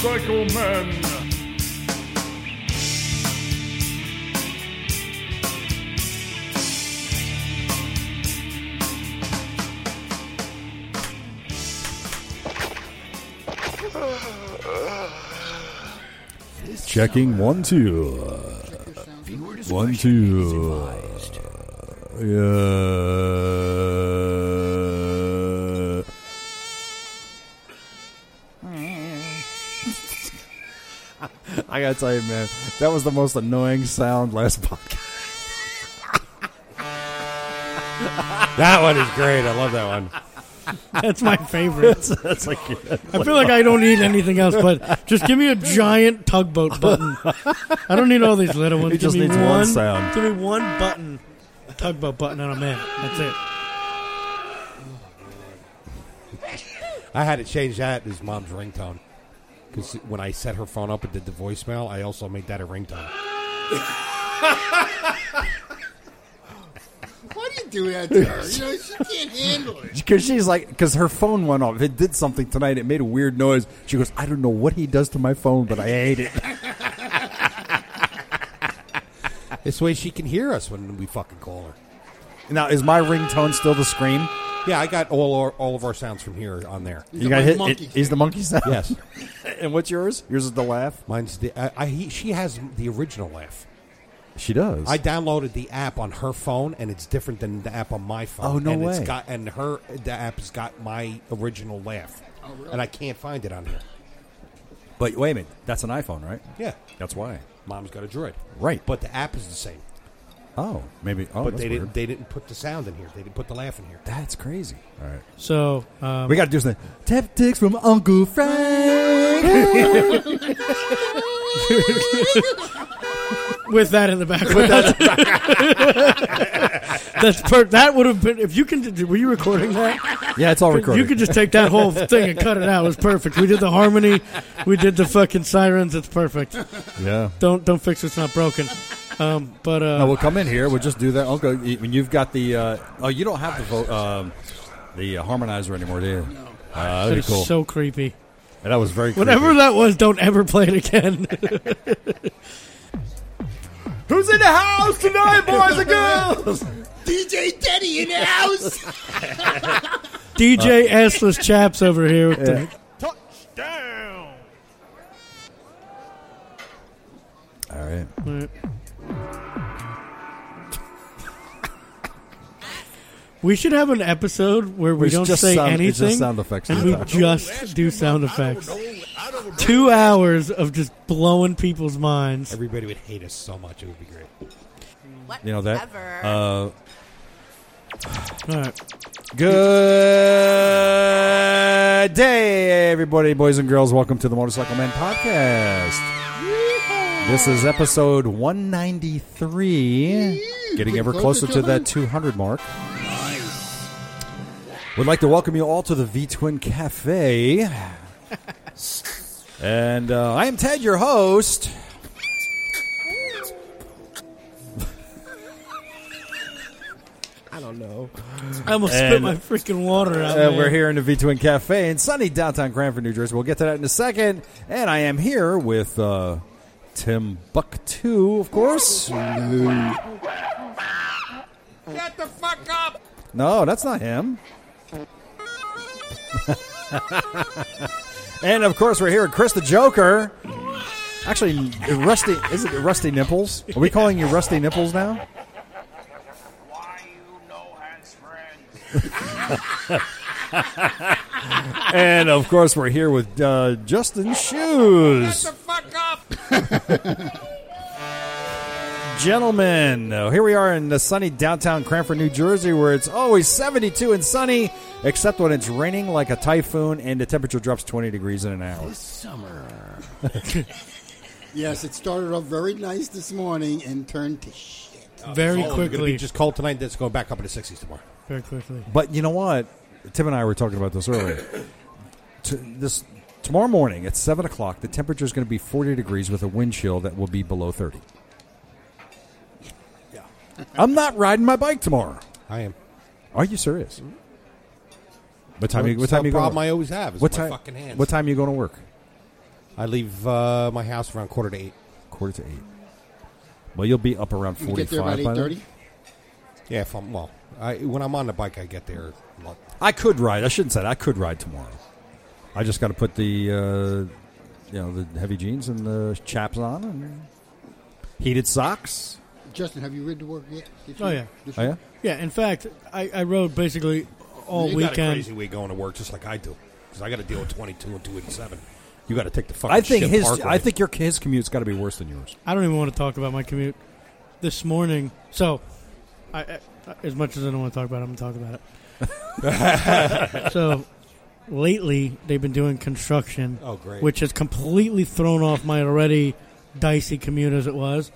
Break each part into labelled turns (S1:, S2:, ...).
S1: Psycho Man.
S2: Checking one, two. One, two. Yeah.
S3: I gotta tell you, man, that was the most annoying sound last podcast.
S4: That one is great. I love that one.
S5: That's my favorite.
S3: That's like
S5: I feel like I don't need anything else, but just give me a giant tugboat button. I don't need all these little ones.
S3: It just
S5: give me
S3: needs one sound.
S5: Give me one button, tugboat button, and I'm in. That's it.
S4: I had to change that as mom's ringtone. Because when I set her phone up and did the voicemail, I also made that a ringtone.
S6: Why do you do that to her? You know, she can't handle it.
S3: because she's like because her phone went off. It did something tonight. It made a weird noise. She goes, I don't know what he does to my phone, but I hate it.
S4: This way she can hear us when we fucking call her.
S3: now is my ringtone still the scream?
S4: Yeah, I got all our, all of our sounds from here on there.
S3: You got hit.
S6: monkey.
S3: It, is the monkey sound?
S4: Yes,
S3: and what's yours? Yours is the laugh.
S4: mine's the. I, I he, she has the original laugh.
S3: She does.
S4: I downloaded the app on her phone, and it's different than the app on my phone.
S3: Oh, no
S4: and It's
S3: way.
S4: got, and her the app's got my original laugh,
S3: Oh,
S4: and I can't find it on here.
S3: but wait a minute. That's an iPhone, right?
S4: Yeah,
S3: That's why.
S4: mom's got a Droid,
S3: Right.
S4: But the app is the same.
S3: Oh, maybe. Oh,
S4: but
S3: that's
S4: they
S3: weird.
S4: didn't. They didn't put the sound in here. They didn't put the laugh in here.
S3: That's crazy. All right.
S5: So um,
S3: We got to do something. Tactics from Uncle Frank.
S5: with that in the background, that's per- that would have been if you can. Were you recording that?
S3: yeah, it's all recorded.
S5: You could just take that whole thing and cut it out. It was perfect. We did the harmony, we did the fucking sirens. It's perfect.
S3: yeah.
S5: Don't don't fix what's not broken. Um, but uh,
S3: No, we'll come in here. We'll just do that, Uncle. y- When you've got the uh, oh, you don't have the vote, um, the uh, harmonizer anymore, do you? No. Uh,
S5: that
S3: that'd
S5: is
S3: be cool.
S5: so creepy.
S3: And that was very.
S5: Whatever that was, don't ever play it again.
S3: Who's in the house tonight, boys and girls?
S6: DJ Teddy in the house.
S5: DJ Assless Chaps over here. With the,
S1: Touchdown.
S3: all right.
S5: We should have an episode where we
S3: It's
S5: don't
S3: just
S5: say
S3: sound-
S5: anything
S3: it's just sound effects
S5: and
S3: the
S5: we
S3: entire time.
S5: just do sound effects.
S1: I don't know.
S5: Two hours of just blowing people's minds.
S4: Everybody would hate us so much. It would be great.
S3: You know that.
S7: Whatever.
S3: Uh,
S5: All right.
S3: good day, everybody, boys and girls. Welcome to the Motorcycle Man Podcast. This is episode 193, getting ever closer to that 200 mark. We'd like to welcome you all to the V Twin Cafe. and uh, I am Ted, your host.
S5: I almost spit
S3: And-
S5: my freaking water out.
S3: Uh,
S5: man.
S3: we're here in the V Twin Cafe in sunny downtown Cranford, New Jersey. We'll get to that in a second. And I am here with uh, Tim Buck Two, of course.
S1: Shut the fuck up.
S3: No, that's not him. and of course, we're here with Chris the Joker. Actually, Rusty is it Rusty Nipples? Are we calling you Rusty Nipples now?
S1: Why you no has friends?
S3: And of course, we're here with uh, Justin Shoes.
S1: fuck up.
S3: Gentlemen, uh, here we are in the sunny downtown Cranford, New Jersey, where it's always 72 and sunny, except when it's raining like a typhoon and the temperature drops 20 degrees in an hour.
S6: Summer. yes, it started off very nice this morning and turned to shit.
S5: very
S4: Oh, It's gonna
S5: quickly.
S4: be just cold tonight. That's going back up in the sixties tomorrow.
S5: very quickly.
S3: But you know what? Tim and I were talking about this earlier. T- this tomorrow morning at seven o'clock, the temperature is going to be 40 degrees with a wind chill that will be below 30. I'm not riding my bike tomorrow.
S4: I am.
S3: Are you serious? What time? you, what
S4: It's
S3: time
S4: the
S3: you going?
S4: problem
S3: to work?
S4: I always have is
S3: What
S4: my
S3: time?
S4: fucking hands.
S3: What time you going to work?
S4: I leave uh, my house around quarter to eight.
S3: Quarter to eight. Well, you'll be up around
S6: You get there
S3: forty-five.
S6: about
S3: by then.
S6: eight thirty.
S4: Yeah, if I'm well, I, when I'm on the bike, I get there. Like,
S3: I could ride. I shouldn't say that. I could ride tomorrow. I just got to put the, uh, you know, the heavy jeans and the chaps on and heated socks.
S6: Justin, have you ridden to work yet? Did you-
S5: Oh, yeah.
S6: did
S3: Oh
S6: you-
S3: yeah.
S5: Yeah, in fact, I, I rode basically all
S4: you got a
S5: weekend.
S4: crazy week going to work, just like I do, because I got to deal with twenty-two and two eighty-seven. You got to take the fucking.
S3: I think
S4: shit
S3: his.
S4: Parkway.
S3: I think your his commute's got to be worse than yours.
S5: I don't even want to talk about my commute this morning. So, I, I as much as I don't want to talk about it, I'm going to talk about it. so, lately they've been doing construction,
S4: Oh, great.
S5: which has completely thrown off my already dicey commute as it was.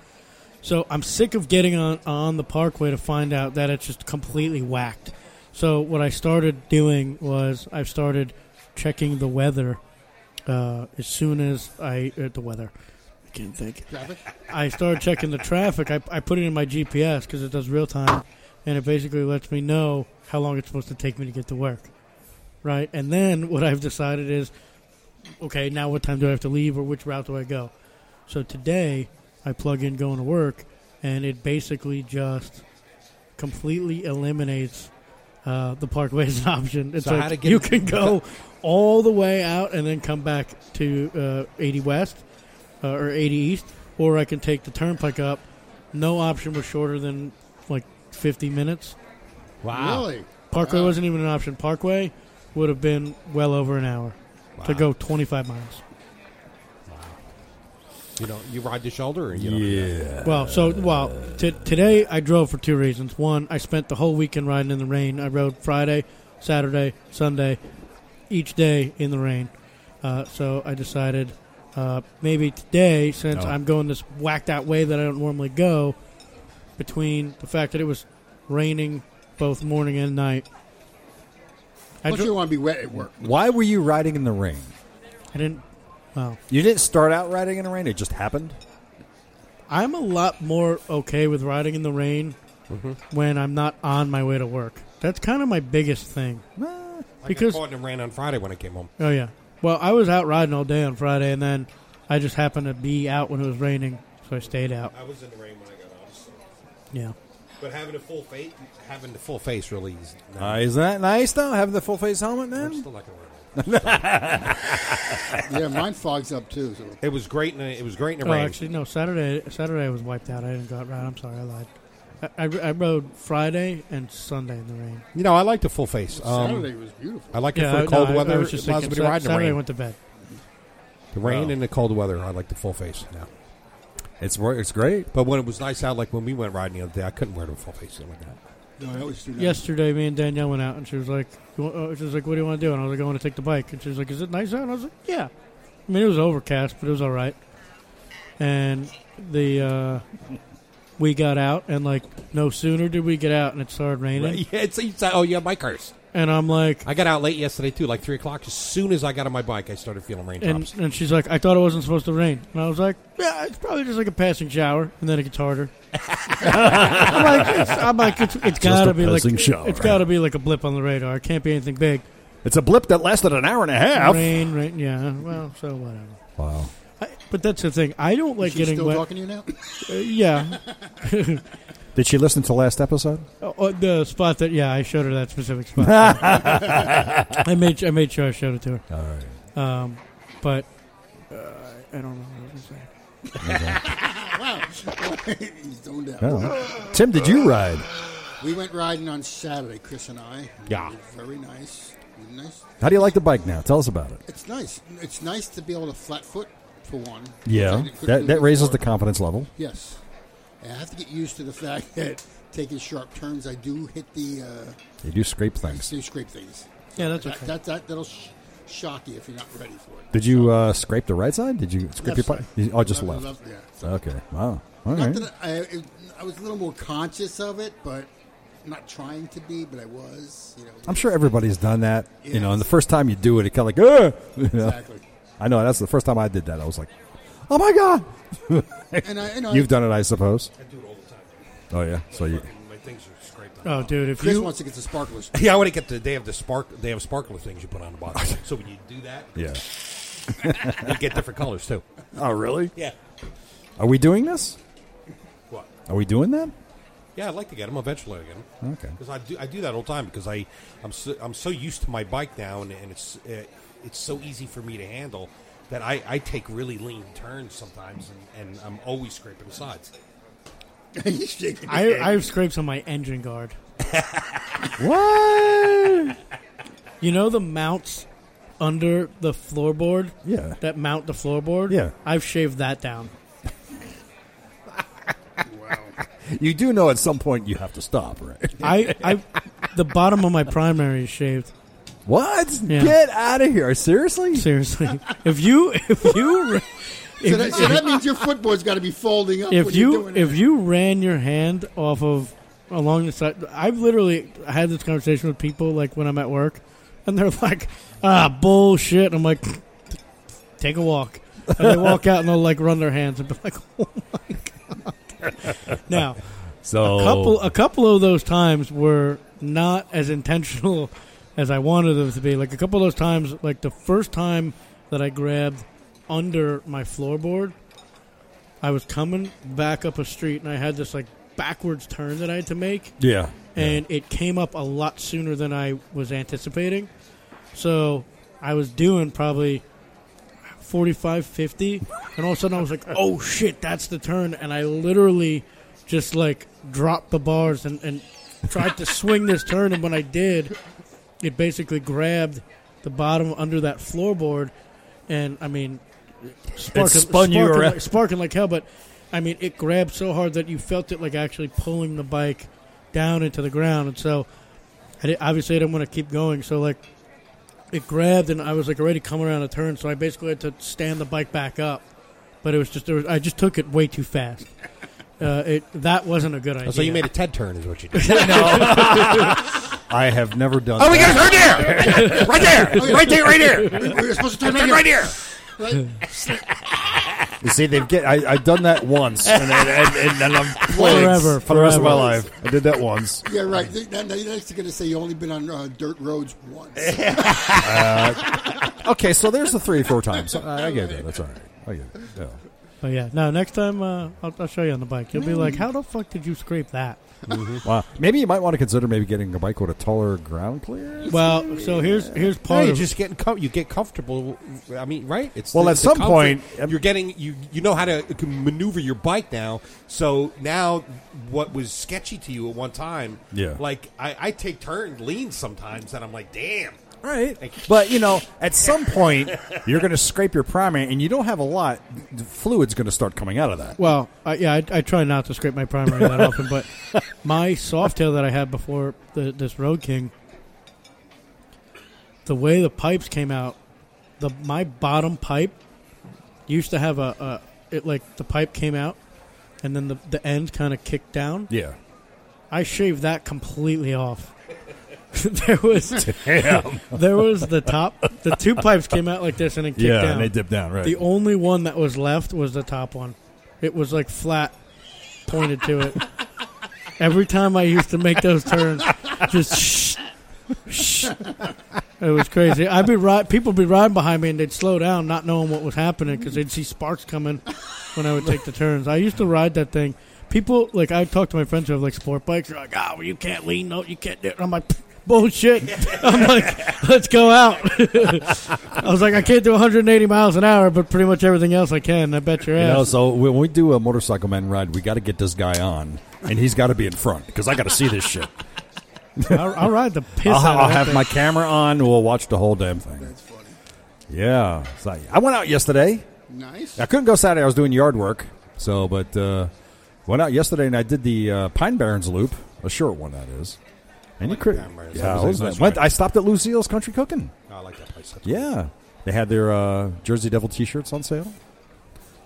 S5: So I'm sick of getting on on the Parkway to find out that it's just completely whacked. So what I started doing was I've started checking the weather uh, as soon as I uh, the weather. I can't think.
S6: Traffic?
S5: I started checking the traffic. I, I put it in my GPS because it does real time, and it basically lets me know how long it's supposed to take me to get to work. Right? And then what I've decided is okay, now what time do I have to leave or which route do I go? So today, I plug in going to work, and it basically just completely eliminates. Uh, the parkway as an option. It's
S4: So how to
S5: like
S4: get-
S5: you can go all the way out and then come back to uh, 80 West, uh, or 80 east, or I can take the turnpike up. No option was shorter than like 50 minutes.
S4: Wow.
S6: Really?
S5: Parkway
S6: Wow.
S5: wasn't even an option. Parkway would have been well over an hour to go 25 miles.
S4: You know, you ride the shoulder, and you know,
S2: Yeah.
S5: Well, so well t- today I drove for two reasons. One, I spent the whole weekend riding in the rain. I rode Friday, Saturday, Sunday, each day in the rain. Uh, so I decided uh, maybe today, since
S3: No.
S5: I'm going this whacked out way that I don't normally go, between the fact that it was raining both morning and night, I,
S6: Plus,
S5: dro-
S6: you want to be wet at work.
S3: Why were you riding in the rain?
S5: I didn't. Well,
S3: You didn't start out riding in the rain. It just happened.
S5: I'm a lot more okay with riding in the rain
S4: Mm-hmm.
S5: when I'm not on my way to work. That's kind of my biggest thing.
S4: because
S5: Because-
S4: I got caught in the rain on Friday when I came home.
S5: Oh yeah. Well, I was out riding all day on Friday, and then I just happened to be out when it was raining, so I stayed out.
S4: I was in the rain when I got home. So.
S5: Yeah.
S4: But having a full face, having the full face really is.
S3: Uh, isn't that nice though? Having the full face helmet,
S4: I'm
S3: man.
S4: still not gonna wear it.
S6: Yeah, mine fogs up too. So
S4: It was great. In the, it was great in the
S5: Oh,
S4: rain.
S5: actually, no. Saturday, Saturday I was wiped out. I didn't go out riding. I'm sorry, I lied. I, I, I rode Friday and Sunday in the rain.
S4: you know, I like the full face. Um,
S6: Saturday was beautiful.
S4: I like it
S5: Yeah,
S4: for
S5: I-
S4: the cold
S5: no, I-
S4: weather.
S5: I, was just thinking,
S4: possibly
S5: Sa-
S4: riding the
S5: Saturday I
S4: rain.
S5: went to bed.
S4: the rain
S3: Oh.
S4: and the cold weather. I like the full face now.
S3: It's wor- it's great.
S4: But when it was nice out, like when we went riding the other day, I couldn't wear the full face like that.
S6: No, I always do that.
S5: Yesterday, me and Danielle went out, and she was like, you wa- uh, "She was like, what do you want to do?" And I was like, "I want to take the bike." And she was like, "Is it nice out?" And I was like, "Yeah." I mean, it was overcast, but it was all right. And the uh, we got out, and like, no sooner did we get out, and it started raining.
S4: Yeah, it's, it's oh yeah, my cars.
S5: And I'm like,
S4: I got out late yesterday too, like three o'clock. As soon as I got on my bike, I started feeling
S5: and,
S4: raindrops.
S5: and she's like, "I thought it wasn't supposed to rain." And I was like, "Yeah, it's probably just like a passing shower." And then it gets harder. I'm like, it's, I'm like, it's, it's gotta
S2: a
S5: be like,
S2: passing shower.
S5: it's gotta be like a blip on the radar. It can't be anything big.
S2: It's a blip that lasted an hour and a half.
S5: Rain, rain, yeah. Well, so whatever.
S3: Wow.
S5: I, but that's the thing. I don't like
S6: She's
S5: getting
S6: still
S5: wet.
S6: talking to you now.
S5: Uh, yeah,
S3: Did she listen to last episode?
S5: Uh, uh, the spot that yeah, I showed her that specific spot. I made I made sure I showed it to her.
S3: All right.
S5: Um, but uh, I don't know what I was saying.
S6: He's zoned out.
S3: Oh. Tim, did you ride?
S6: We went riding on Saturday, Chris and I.
S3: Yeah.
S6: It was Very nice. Really Nice.
S3: How do you like the bike now? Tell us about it.
S6: It's nice. It's nice to be able to flat foot for one.
S3: Yeah,
S6: Which I couldn't do
S3: that that raises
S6: before.
S3: the confidence level.
S6: Yes. And I have to get used to the fact that taking sharp turns, I do hit the uh,
S3: You do scrape things.
S6: do scrape things.
S5: Yeah, that's
S6: That,
S5: okay.
S6: that, that that'll sh- shock you if you're not ready for it.
S3: Did you uh, scrape the right side? Did you scrape
S6: Left
S3: your
S6: side.
S3: bike? Oh, just
S6: I
S3: left.
S6: love- yeah.
S3: Okay. Wow. All
S6: Not
S3: right.
S6: that I, it, I was a little more conscious of it, but not trying to be, but I was. You know,
S3: I'm sure everybody's done that. You know, and the first time you do it, it kind of like, Ugh! You know?
S6: exactly.
S3: I know that's the first time I did that. I was like, oh my god!
S6: And I, and I,
S3: You've done it, I suppose. I do it all the time. Oh yeah. So you.
S4: my things are scraped.
S5: Oh, dude, if
S6: Chris
S5: you
S6: wants to get the sparklers.
S4: Yeah, I want to get the. They have the spark. They have sparkler things you put on the bottom. so when you do that,
S3: Yeah.
S4: you get different colors too.
S3: Oh, really?
S4: Yeah.
S3: Are we doing this?
S4: What?
S3: Are we doing that?
S4: Yeah, I'd like to get them eventually. I get them
S3: Okay.
S4: because I do I do that all the time because I I'm so, I'm so used to my bike now and, and it's uh, it's so easy for me to handle that I, I take really lean turns sometimes and, and I'm always scraping sides.
S6: He's shaking his
S5: I,
S6: head.
S5: I have scrapes on my engine guard.
S3: What?
S5: You know the mounts under the floorboard
S3: yeah.
S5: that mount the floorboard.
S3: Yeah.
S5: I've shaved that down.
S3: You do know at some point you have to stop, right?
S5: I, I the bottom of my primary is shaved.
S3: What?
S5: Yeah.
S3: Get out of here. Seriously?
S5: Seriously, if you if you ra-
S6: so, that, so
S5: if,
S6: that means your footboard's got to be folding up.
S5: if
S6: when you're
S5: you
S6: doing
S5: if
S6: it.
S5: you ran your hand off of along the side, I've literally had this conversation with people like when I'm at work, and they're like, "Ah, bullshit." And I'm like, "Take a walk." And they walk out and they'll like run their hands and be like, "Oh my god!" Now,
S3: So
S5: a couple a couple of those times were not as intentional as I wanted them to be. Like a couple of those times, like the first time that I grabbed under my floorboard, I was coming back up a street and I had this like backwards turn that I had to make,
S3: Yeah.
S5: and it came up a lot sooner than I was anticipating. So I was doing probably 45, 50, and all of a sudden I was like, oh shit, that's the turn. And I literally just like dropped the bars and, and tried to swing this turn. And when I did, it basically grabbed the bottom under that floorboard. And I mean, sparking,
S2: spun you
S5: sparking
S2: around.
S5: like, sparking like hell, but I mean, it grabbed so hard that you felt it like actually pulling the bike down into the ground. And so I di- obviously I didn't want to keep going. So like, it grabbed and I was like already coming around a turn, so I basically had to stand the bike back up. But it was just there was, I just took it way too fast. Uh, it that wasn't a good
S3: Oh,
S5: idea.
S4: Oh, So you made a Ted turn is what you did.
S3: I have never done
S1: Oh, we
S3: that.
S1: got it right there! Right there! Right there, right here!
S6: We- we're supposed to turn
S1: Right here!
S3: You see, they've get. I, I've done that once, and, and, and, and, and I'm plagued
S5: Forever,
S3: for the rest of my
S5: forever.
S3: life. I did that once.
S6: Yeah, right. Th- Now, now you're actually going to say you only been on uh, dirt roads once.
S3: Okay, so there's the three, four times. I, I get it. That's all right. I get it. Yeah.
S5: But yeah, no. Next time uh, I'll, I'll show you on the bike. You'll be like, "How the fuck did you scrape that?"
S3: Wow. Maybe you might want to consider maybe getting a bike with a taller ground clearance.
S5: Well, so here's here's
S4: No,
S5: part
S4: you're
S5: of
S4: just getting com- you get comfortable. I mean, right? It's
S3: Well, at some point, um,
S4: you're getting you you know how to c- maneuver your bike now. So now, what was sketchy to you at one time?
S3: Yeah.
S4: like I, I take turn leans sometimes, and I'm like, damn.
S3: Right. But, you know, at some point, you're going to scrape your primary, and you don't have a lot. The fluid's going to start coming out of that.
S5: Well, I, yeah, I, I try not to scrape my primary that often, but my soft tail that I had before the, this Road King, the way the pipes came out, the my bottom pipe used to have a, a it like the pipe came out, and then the the end kind of kicked down.
S3: Yeah.
S5: I shaved that completely off. there was there was the top, the two pipes came out like this and it kicked down.
S3: dip down, right?
S5: The only one that was left was the top one. It was like flat, pointed to it. Every time I used to make those turns, just shh, shh. It was crazy. I'd be ride, people would be riding behind me, and they'd slow down, not knowing what was happening because they'd see sparks coming when I would take the turns. I used to ride that thing. People like I talked to my friends who have like sport bikes. They're like, "Oh, well, you can't lean, no, you can't do it." And I'm like, "Bullshit!" I'm like, "Let's go out." I was like, "I can't do 180 miles an hour, but pretty much everything else I can." I bet your
S3: You know,
S5: ass.
S3: so when we do a motorcycle man ride, we got to get this guy on, and he's got to be in front because I got to see this shit.
S5: I'll, I'll ride the piss
S3: I'll,
S5: out of
S3: I'll
S5: that
S3: have
S5: thing.
S3: my camera on. We'll watch the whole damn thing. That's funny. Yeah. It's like- I went out yesterday.
S6: nice.
S3: I couldn't go Saturday. I was doing yard work. So, but uh, went out yesterday and I did the uh, Pine Barrens loop, a short one that is. And you could,
S4: Pine Barrens.
S3: yeah,
S4: That was a
S3: it was
S4: nice
S3: nice. Went-
S4: ride.
S3: I stopped at Lucille's Country Cooking.
S4: Oh, I like that place. That's
S3: Yeah, they had their uh, Jersey Devil T-shirts on sale.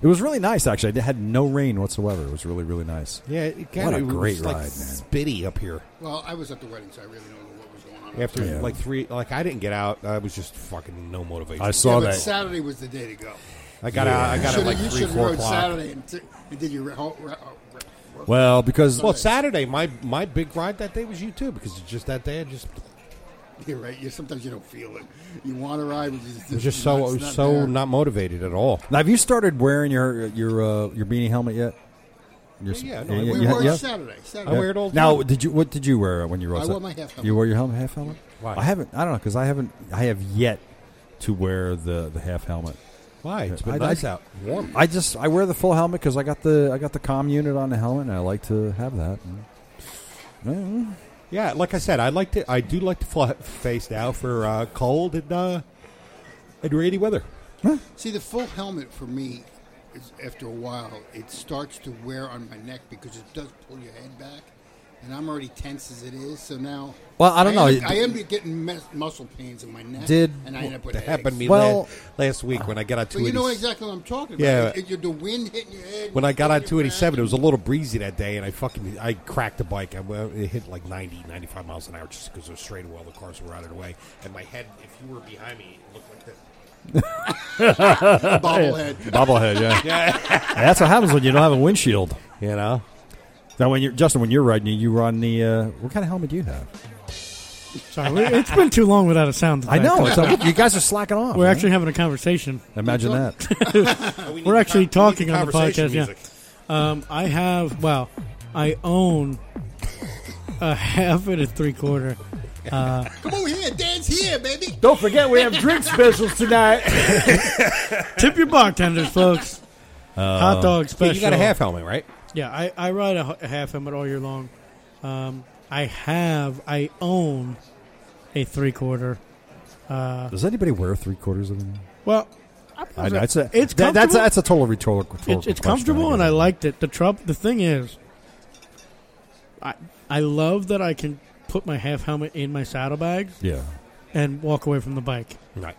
S3: It was really nice, actually. They had no rain whatsoever. It was really, really nice.
S4: cool. yeah. It
S3: What
S4: kinda,
S3: a
S4: it was
S3: great
S4: like
S3: ride, man.
S4: Spitty up here.
S6: Well, I was at the wedding, so I really don't know what was going on.
S4: After
S3: Yeah.
S4: like three, like I didn't get out. I was just fucking no motivation.
S3: I
S6: Yeah,
S3: saw
S6: but
S3: that.
S6: Saturday was the day to go.
S4: I got out. I got out
S6: Shoulda-
S4: like
S6: you
S4: three,
S6: should have
S4: four
S6: rode
S4: o'clock.
S6: Saturday and, t- and did your whole. Re- oh, re- work.
S3: Well, because
S4: Well, Saturday, my my big ride that day was you too because it's just that day. I just
S6: You're right. You sometimes you don't feel it. You want to ride, but you just,
S4: It was just so
S6: it's
S4: it was
S6: not
S4: so
S6: there.
S4: not motivated at all.
S3: Now, have you started wearing your your uh, your beanie helmet yet? Your,
S4: Yeah, yeah, no, I
S6: We
S3: you ha-
S6: were
S3: yeah?
S6: Saturday.
S4: I
S6: Saturday.
S4: wear it all. the
S3: Now,
S4: time.
S3: did you what did you wear when you rode?
S6: I
S3: Sa-
S6: wore my half helmet.
S3: You wore your helmet, half helmet.
S4: Why?
S3: I haven't. I don't know because I haven't. I have yet to wear the the half helmet.
S4: why? It's been
S3: I-
S4: nice
S3: I-
S4: out, warm.
S3: I just I wear the full helmet because I got the I got the com unit on the helmet and I like to have that. Mm.
S4: Yeah, like I said, I like to. I do like to fly face now for uh, cold and uh, and rainy weather.
S6: See, the full helmet for me, is after a while, it starts to wear on my neck because it does pull your head back, and I'm already tense as it is. So now,
S3: Well, I don't know.
S6: am, I am getting mes- muscle pains in my neck.
S3: Did-
S6: and I end up with
S4: That
S6: headaches.
S4: happened to me
S3: Well-
S4: la- last week when I got out to
S6: But you know
S4: 80
S6: exactly what I'm talking about.
S4: Yeah.
S6: It- it- the wind hitting your head.
S4: When I got out
S6: hitting
S4: to
S6: your
S4: 87, it
S6: back.
S4: was a little breezy that day, and I fucking I cracked the bike. I, well, it hit like 90, 95 miles an hour just because it was straight while the cars were out of the way. And my head, if you were behind me, it looked like this.
S6: bobblehead.
S3: Bobblehead, yeah.
S4: Yeah.
S3: That's what happens when you don't have a windshield.
S4: you know?
S3: Now, when you're Justin, when you're riding, you run the uh, what kind of helmet do you have?
S5: Sorry, we- it's been too long without a sound.
S3: I
S5: effect.
S3: know it's a, you guys are slacking off.
S5: We're
S3: man.
S5: actually having a conversation.
S3: imagine that.
S5: We're actually talking on the podcast. Yeah. Um, I have. Well, I own a half and a three quarter.
S6: Come over here, dance here, baby.
S2: Don't forget, we have drink specials tonight.
S5: Tip your bartenders, folks.
S3: Uh,
S5: Hot dog special.
S4: you got a half helmet, right?
S5: Yeah, I, I ride a, h- a half helmet all year long. Um, I have, I own a three quarter.
S3: Does anybody wear three quarters of them?
S5: Well,
S3: I know it's a
S5: It's
S3: that- that's a,
S5: comfortable.
S3: that's a total rhetorical.
S5: it's,
S3: rhetorical
S5: it's
S3: question,
S5: comfortable, and I
S3: guess.
S5: liked it. The trouble, the thing is, I I love that I can put my half helmet in my saddlebag
S3: Yeah.
S5: and walk away from the bike.
S4: Right.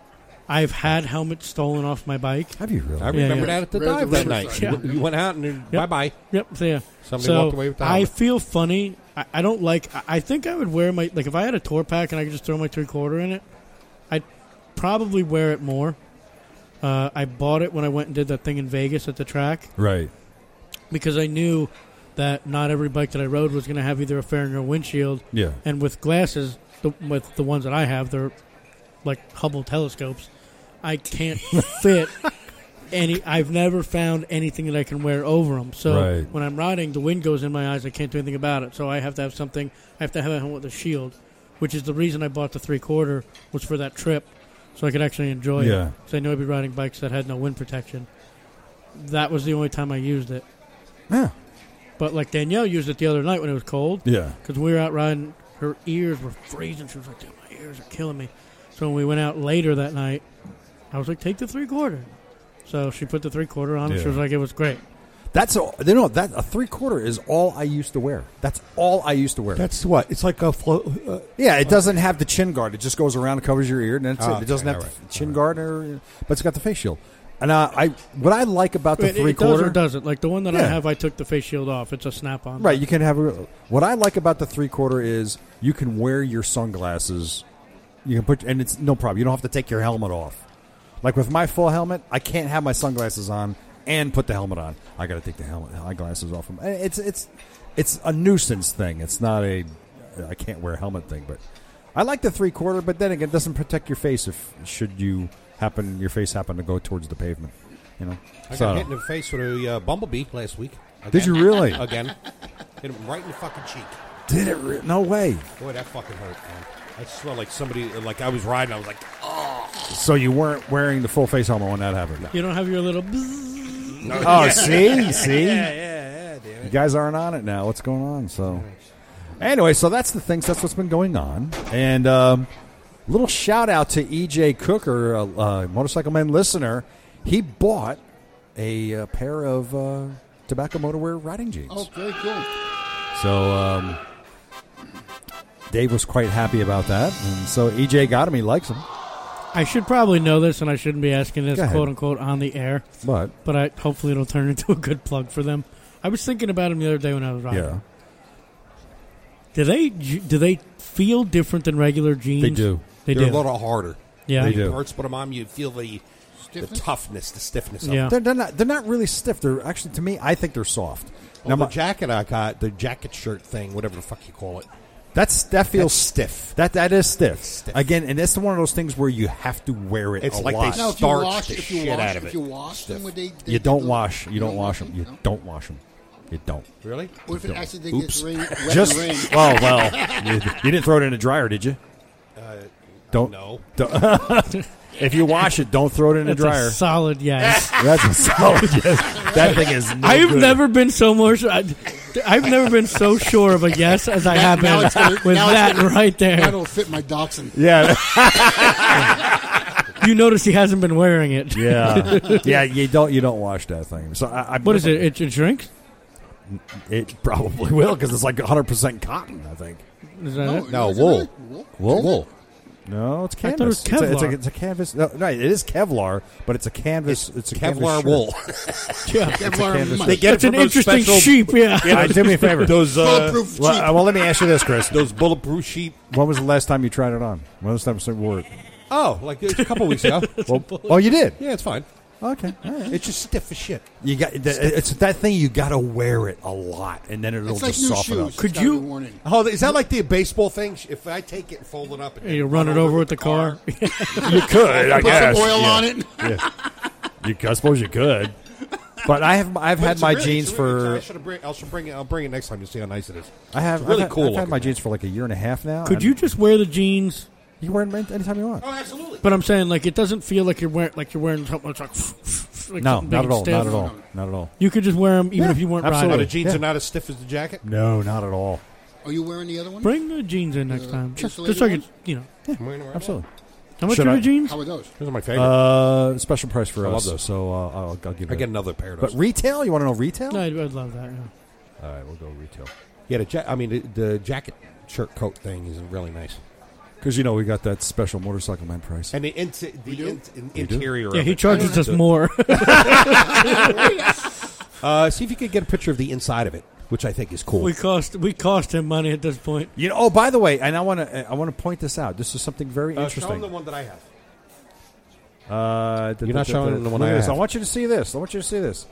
S5: I've had helmets stolen off my bike.
S3: Have you really?
S4: I remember
S5: yeah.
S4: that at the
S6: Right at
S4: dive
S6: the
S4: that
S6: riverside.
S4: night.
S5: Yeah.
S4: You went out and bye bye.
S5: Yep, so yeah.
S4: Somebody
S5: so
S4: walked away with the
S5: I
S4: helmet.
S5: feel funny. I, I don't like. I, I think I would wear my like if I had a tour pack and I could just throw my three quarter in it. I'd probably wear it more. Uh, I bought it when I went and did that thing in Vegas at the track
S3: right.
S5: because I knew that not every bike that I rode was going to have either a fairing or a windshield.
S3: Yeah.
S5: And with glasses, the, with the ones that I have, they're like Hubble telescopes. I can't fit any. I've never found anything that I can wear over them. So
S3: Right.
S5: when I'm riding, the wind goes in my eyes. I can't do anything about it. So I have to have something. I have to have a helmet with a shield, which is the reason I bought the three quarter was for that trip, so I could actually enjoy
S3: Yeah.
S5: it. So I know I'd be riding bikes that had no wind protection. That was the only time I used it.
S3: Yeah.
S5: But like Danielle used it the other night when it was cold.
S3: Yeah.
S5: Because we were out riding, her ears were freezing. She was like, "Dude, my ears are killing me." So when we went out later that night, I was like, "Take the three quarter." So she put the three quarter on. and She
S3: Yeah.
S5: was like, "It was great."
S3: That's all. You know that a three quarter is all I used to wear. That's all I used to wear.
S4: That's what? It's like a float. Uh,
S3: yeah, it doesn't have the chin guard. It just goes around and covers your ear, and that's
S4: Oh,
S3: it. It doesn't
S4: okay,
S3: have
S4: all right,
S3: the chin guard, or, but it's got the face shield. And uh, I, what I like about the
S5: It-
S3: three
S5: it does
S3: quarter,
S5: or doesn't. Like the one that I
S3: Yeah.
S5: have, I took the face shield off. It's a snap on.
S3: right? You can have. A, what I like about the three quarter is you can wear your sunglasses. You can put, and it's no problem. You don't have to take your helmet off. Like with my full helmet, I can't have my sunglasses on and put the helmet on. I got to take the helmet, eyeglasses off. Them. It's it's it's a nuisance thing. It's not a I can't wear a helmet thing. But I like the three quarter. But then again, it doesn't protect your face if should you happen your face happen to go towards the pavement. You know.
S4: I
S3: So,
S4: got hit in the face with a uh, bumblebee last week.
S3: did you
S4: Again.
S3: really?
S4: Again. Hit him right in the fucking cheek.
S3: did it? Re- no way.
S4: Boy, that fucking hurt, man. I smelled like somebody, uh, like I was riding, I was like,
S3: So you weren't wearing the full face helmet when that happened.
S5: You don't have your little. bzzz.
S3: Oh, see, see,
S4: yeah, damn
S3: you guys aren't on it now. What's going on? So, anyway, so that's the things. That's what's been going on. And um, little shout out to EJ Cooker, a, uh motorcycle man listener. He bought a, uh pair of uh, tobacco motorwear riding jeans.
S6: Oh, very cool.
S3: So um, Dave was quite happy about that. And so EJ got him. He likes him.
S5: I should probably know this, and I shouldn't be asking this
S3: Go ahead.
S5: quote unquote on the air.
S3: But
S5: But I hopefully it'll turn into a good plug for them. I was thinking about them the other day when I was riding.
S3: yeah,
S5: Do they do they feel different than regular jeans?
S3: they do.
S5: They
S4: They're
S5: do.
S4: a little harder.
S5: yeah.
S3: they
S4: It
S3: do.
S4: hurts, but I'm on you. Feel the, the
S6: Stiffness?
S4: toughness, the stiffness of
S5: Yeah.
S4: it.
S3: They're, they're not. They're not really stiff. They're actually, to me, I think they're soft.
S4: Now,
S3: my-
S4: my jacket I got, the jacket shirt thing, whatever the fuck you call it,
S3: That's that feels
S4: That's stiff.
S3: That that is stiff.
S4: stiff.
S3: Again, and that's one of those things where you have to wear it.
S4: It's
S3: a
S4: like they
S3: lot.
S4: No,
S6: Now, if you
S4: starch
S6: wash,
S4: the
S6: if you
S4: shit
S6: wash,
S4: out of
S6: if
S4: it.
S6: you wash them, would they, they
S3: you don't
S6: they-
S3: wash. You don't wash them. You
S6: No.
S3: don't wash them. You don't.
S4: Really?
S6: What if it
S3: Oops.
S6: accidentally gets rain, wet in
S3: Just
S6: the rain?
S3: well, well. You, you didn't throw it in a dryer, did you? Don't
S4: No.
S3: don't- if you wash it, don't throw it in a
S5: That's
S3: dryer.
S5: a solid yes.
S3: That's a solid. yes. That thing is. No
S5: I've
S3: good.
S5: never been so more. Sure, I, I've never been so sure of a yes as I have
S6: now
S5: been
S6: it's gonna-
S5: with
S6: now it's
S5: that
S6: gonna-
S5: right there.
S6: That'll fit my dachshund.
S3: Yeah,
S5: You notice he hasn't been wearing it.
S3: yeah, yeah. You don't. You don't wash that thing. So I, I
S5: What is it? It, it shrinks.
S3: It probably will because it's like 100 percent cotton. I think.
S5: Is that it?
S4: No,
S6: is it
S4: wool.
S6: really?
S3: Wool? No, it's
S5: thought it
S3: canvas.
S5: was
S3: It's a- It's, a,
S5: Kevlar.
S3: it's a canvas. No, right, it is Kevlar, but it's a canvas. It's, a canvas
S4: Kevlar
S3: shirt.
S4: wool.
S5: Yeah.
S6: Kevlar
S3: They
S6: mud.
S3: get
S5: That's an interesting sheep. Yeah.
S3: All right, do me a favor.
S4: Those uh,
S6: Bulletproof
S3: well, uh, well, let me ask you this, Chris.
S4: those bulletproof sheep.
S3: When was the last time you tried it on? When was the last time you wore it?
S4: Oh, like a couple weeks ago.
S3: Well, oh, you did.
S4: yeah, it's fine.
S3: Okay, all right.
S4: It's just stiff as shit.
S3: You got the, it's that thing. You got to wear it a lot, and then it'll
S6: It's like
S3: just
S6: new
S3: soften
S6: shoes.
S3: up.
S5: Could
S6: It's gotta
S5: you-
S6: be worn in.
S4: Oh, is that like the baseball thing? If I take it and fold it up, and
S5: You run it over with the car.
S3: You could, I
S6: Put some oil on it.
S3: You, I suppose you could. But I have I've
S4: But
S3: had
S4: it's
S3: my
S4: really-
S3: jeans
S4: it's really-
S3: for
S4: I should bring. I'll should bring it. I'll bring it next time. You'll see how nice it is.
S3: I have
S4: It's really
S3: I've, had-
S4: cool.
S3: I've had
S4: looking.
S3: my jeans for like a year and a half now.
S5: Could
S3: and
S5: you just wear the jeans?
S3: You wear them anytime you want.
S4: Oh, absolutely.
S5: But I'm saying like it doesn't feel like you're wearing like you're wearing something that's like, like
S3: No, not
S5: something big
S3: at
S5: and
S3: all. Not
S5: stiff.
S3: at all. Not at all.
S5: You could just wear them even
S3: Yeah,
S5: if you weren't
S3: absolutely.
S4: Oh, the
S5: riding.
S4: jeans
S3: Yeah.
S4: are not as stiff as the jacket.
S3: No, not at all.
S6: Are you wearing the other one?
S5: Bring the jeans in next time, just,
S6: Just the
S5: just so I could,
S6: ones?
S5: you know.
S4: I'm wearing it right
S3: Absolutely.
S5: How much
S3: Should
S5: are
S3: I-
S5: the jeans?
S6: How are those?
S4: now. Those are my favorite.
S3: Uh, special price for
S4: I
S3: us.
S4: love those.
S3: So uh, I'll, I'll give it.
S4: I get another pair of those.
S3: But retail? You want to know retail?
S5: No, I'd, I'd love that. Yeah.
S3: All right, we'll go retail.
S4: yeah, the ja- I mean the, the jacket, shirt, coat thing is really nice.
S3: Because you know we got that special motorcycle man price.
S4: And the, inti- the
S6: do?
S4: in- in- interior.
S5: Yeah,
S4: of
S5: he
S4: it.
S5: charges us more.
S4: Uh, see if you could get a picture of the inside of it, which I think is cool.
S5: we cost we cost him money at this point.
S3: You know. Oh, by the way, and I want to I want to point this out. This is something very
S4: Uh, show 'em the
S3: interesting.
S4: one that I have.
S3: Uh,
S4: You're not showing them the one
S3: look at
S4: I
S3: this.
S4: have.
S3: I want you to see this. I want you to see this.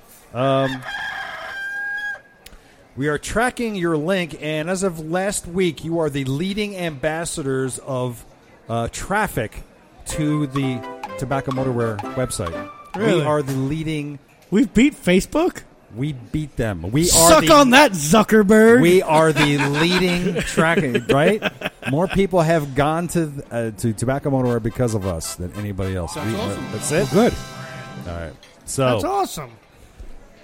S3: Um, we are tracking your link, and as of last week, you are the leading ambassadors of uh, traffic to the Tobacco Motorwear website.
S5: Really?
S3: We are the leading.
S5: We beat Facebook.
S3: We beat them. We are
S5: Suck
S3: the,
S5: on that, Zuckerberg.
S3: We are the leading tracking. Right? More people have gone to uh, to Tobacco Motorwear because of us than anybody else.
S6: That's
S3: We-
S6: awesome.
S3: That's it.
S4: Good.
S3: All right. So
S5: That's awesome.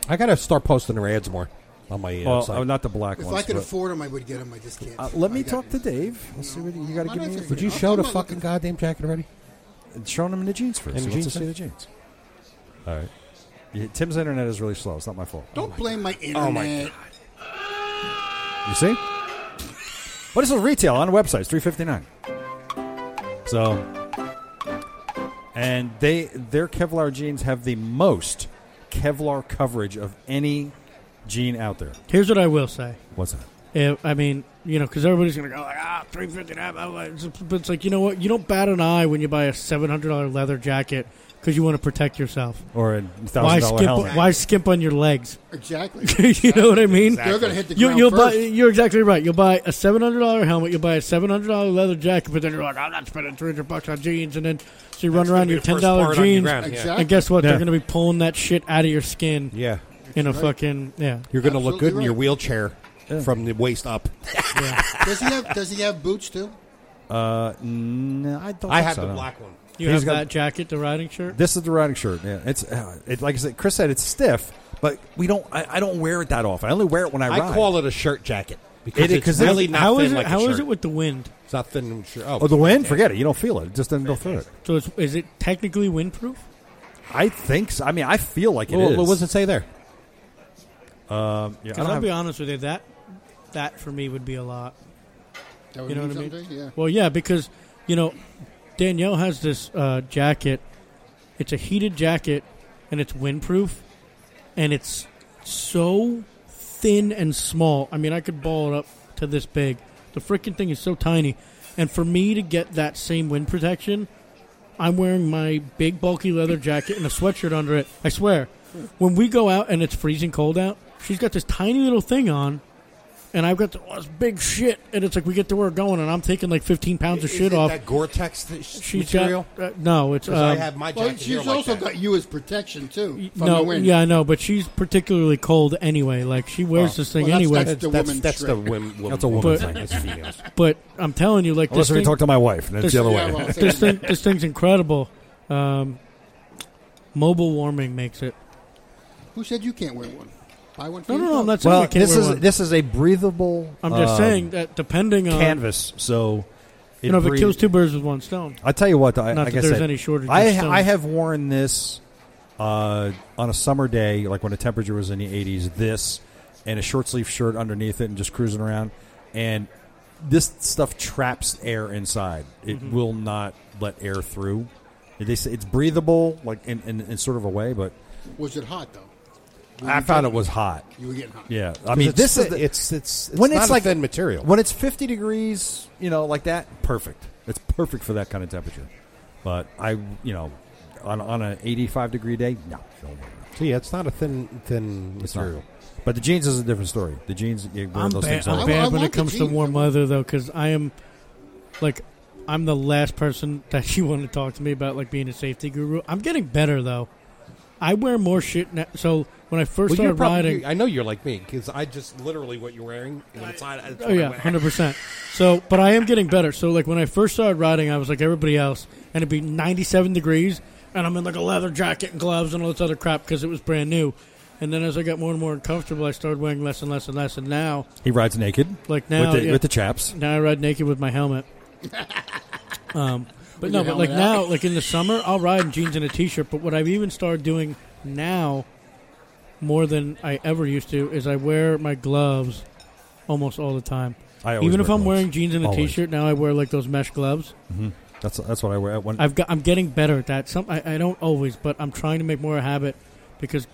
S4: I gotta start posting their ads more on my uh,
S3: Well,
S4: site.
S3: uh, not the black
S6: If
S3: ones.
S6: I could
S3: but-
S6: afford them, I would get them. I just can't.
S3: uh, let me
S6: I got
S3: talk
S6: it.
S3: to Dave. Let's see what you got
S6: Why
S3: to
S6: not?
S3: give
S4: Would
S3: me.
S4: you
S6: I'll
S4: show
S6: come
S4: the
S6: up with
S4: fucking
S6: it.
S4: goddamn jacket already?
S3: Showing him the jeans first.
S4: And the
S3: He wants
S4: jeans
S3: to see the jeans. All right. Yeah, Tim's internet is really slow. It's not my fault.
S6: Don't blame my internet.
S4: Oh, my
S3: You see? What is a retail on websites? Three fifty nine. So, and they their Kevlar jeans have the most Kevlar coverage of any jean out there.
S5: Here's what I will say.
S3: What's that?
S5: If, I mean, you know, because everybody's gonna go like ah, three fifty nine. But it's like you know what? You don't bat an eye when you buy a seven hundred dollar leather jacket because you want to protect yourself.
S3: Or a
S5: Why
S3: thousand dollar helmet?
S5: skimp? Why skimp on your legs?
S6: Exactly.
S5: you know what I mean?
S6: They're going to hit the
S5: You,
S6: ground
S5: you'll buy.
S6: first.
S5: You're exactly right. You'll buy a seven hundred dollar helmet. You'll buy a seven hundred dollar leather jacket. But then you're like, I'm not spending three hundred bucks on jeans. And then so you run
S4: That's gonna
S5: around
S4: be
S5: your
S4: the first
S5: ten dollar
S4: part on your
S5: jeans.
S4: ground, yeah.
S6: Exactly.
S5: And guess what?
S3: Yeah.
S5: They're going to be pulling that shit out of your skin
S4: Yeah.
S5: in a
S6: right.
S5: fucking yeah.
S4: You're gonna look good
S6: Absolutely
S4: in your
S6: right.
S4: wheelchair from the waist up.
S6: Does he have? Does he have boots too?
S3: Uh, no, I don't.
S4: I
S3: think
S4: have
S3: so, uh,
S4: the
S3: no.
S4: black one.
S5: You
S3: He's
S5: have
S3: got-
S5: that jacket, the riding shirt.
S3: This is the riding shirt. Yeah, it's uh, it, like I said. Chris said it's stiff, but we don't. I, I don't wear it that often. I only wear it when I,
S4: I
S3: ride.
S4: call it a shirt jacket because
S3: It is-
S4: it's
S3: 'cause
S4: really
S3: it's-
S4: not
S5: How
S4: thin
S5: is it?
S4: like a
S5: how
S4: shirt.
S5: is it with the wind?
S4: It's not thin and shirt.
S3: Oh, the wind? Forget it. You don't feel it. It just doesn't go through it.
S5: So it's, is it technically windproof?
S3: I think. So. I mean, I feel like it is.
S4: Well, what does it say there?
S3: Yeah, I
S5: Because
S3: don't
S5: I'll
S3: have-
S5: be honest with you, that that for me would be a lot.
S6: That would
S5: You know
S6: mean
S5: what I mean?
S6: something? Yeah.
S5: Well, yeah, because you know Danielle has this uh, jacket. It's a heated jacket, and it's windproof, and it's so thin and small. I mean, I could ball it up to this big. The freaking thing is so tiny, and for me to get that same wind protection, I'm wearing my big bulky leather jacket and a sweatshirt under it. I swear, when we go out and it's freezing cold out, she's got this tiny little thing on, and I've got the, oh, this big shit, and it's like we get to where we're going, and I'm taking like 15 pounds of
S4: Is
S5: shit
S4: it
S5: off.
S4: that Gore-Tex th- sh-
S5: She's
S4: material.
S5: got uh, no. It's
S4: Because I
S5: um,
S4: have my jacket
S6: Well,
S4: here
S6: she's
S4: like
S6: also
S4: that.
S6: got you as protection too from
S5: no.
S6: the wind.
S5: Yeah, I know, but she's particularly cold anyway. Like she wears this thing
S6: Well, that's-
S5: anyway.
S6: that's the
S4: Oh. that's
S6: woman
S4: that's the
S6: trick.
S4: women, woman.
S3: That's a woman
S4: thing.
S3: thing.
S4: It's females.
S5: but I'm telling you, like
S3: Unless
S5: this
S3: we
S5: thing,
S3: talk to my wife, and that's the
S5: this-
S3: other
S6: Yeah,
S3: way.
S6: well,
S5: this thing, this thing's incredible. Um, mobile warming makes it.
S6: Who said you can't wear one? Buy one for
S5: No, no, no.
S6: yourself.
S5: I'm not saying
S3: well,
S5: I can't
S3: this
S5: wear
S3: is
S5: one.
S3: this is a breathable.
S5: I'm just
S3: um,
S5: saying that depending on
S3: canvas, Oh, so
S5: you know, if it
S3: breathes-
S5: kills two birds with one stone.
S3: I tell you what, though, I,
S5: Not
S3: like
S5: that
S3: I
S5: there's
S3: said,
S5: any shortage of
S3: I
S5: stones.
S3: I have worn this uh, on a summer day, like when the temperature was in the 80s. This and a short sleeve shirt underneath it, and just cruising around. And this stuff traps air inside; it
S5: Mm-hmm.
S3: will not let air through. They say it's breathable, like in, in, in sort of a way, but
S6: Was it hot though? Were
S3: I
S6: you
S3: found it
S6: getting-
S3: was hot.
S6: You were getting hot.
S3: Yeah, I mean,
S4: it's,
S3: this is the,
S4: it's it's it's
S3: when
S4: not
S3: it's
S4: a
S3: like
S4: thin material.
S3: When it's 50 degrees, you know, like that, perfect. It's perfect for that kind of temperature. But I, you know, on on an 85 degree day, no, don't worry about it.
S4: So, yeah, it's not a thin thin
S3: It's
S4: material.
S3: not. But the jeans is a different story. The jeans, you wear
S5: I'm
S3: those
S5: bad,
S3: things
S5: I'm
S3: all-
S6: I-
S5: bad
S6: I
S5: when
S6: want
S5: it comes
S6: the
S5: to
S6: jeans.
S5: warm weather though, because I am like I'm the last person that you want to talk to me about like being a safety guru. I'm getting better though. I wear more shit now. So when I first
S4: Well, you're
S5: started
S4: probably-
S5: riding,
S4: you- I know you're like me because I just literally what you're wearing. When it's hot, it's
S5: Oh yeah, hundred percent. So, but I am getting better. So, like when I first started riding, I was like everybody else, and it'd be ninety-seven degrees, and I'm in like a leather jacket and gloves and all this other crap because it was brand new. And then as I got more and more uncomfortable, I started wearing less and less and less. And now,
S3: He rides naked
S5: like now,
S3: with, the,
S5: yeah,
S3: with the chaps.
S5: now I ride naked with my helmet. um, but
S6: With
S5: no,
S6: your
S5: but like
S6: helmet
S5: now,
S6: out.
S5: like in the summer, I'll ride in jeans and a t-shirt. But what I've even started doing now, more than I ever used to, is I wear my gloves almost all the time.
S3: I always
S5: Even
S3: wear
S5: if I'm
S3: gloves.
S5: wearing jeans and a
S3: Always.
S5: shirt now I wear like those mesh gloves.
S3: That's that's what I wear. When,
S5: I've got I'm getting better at that. Some I, I don't always, but I'm trying to make more a habit because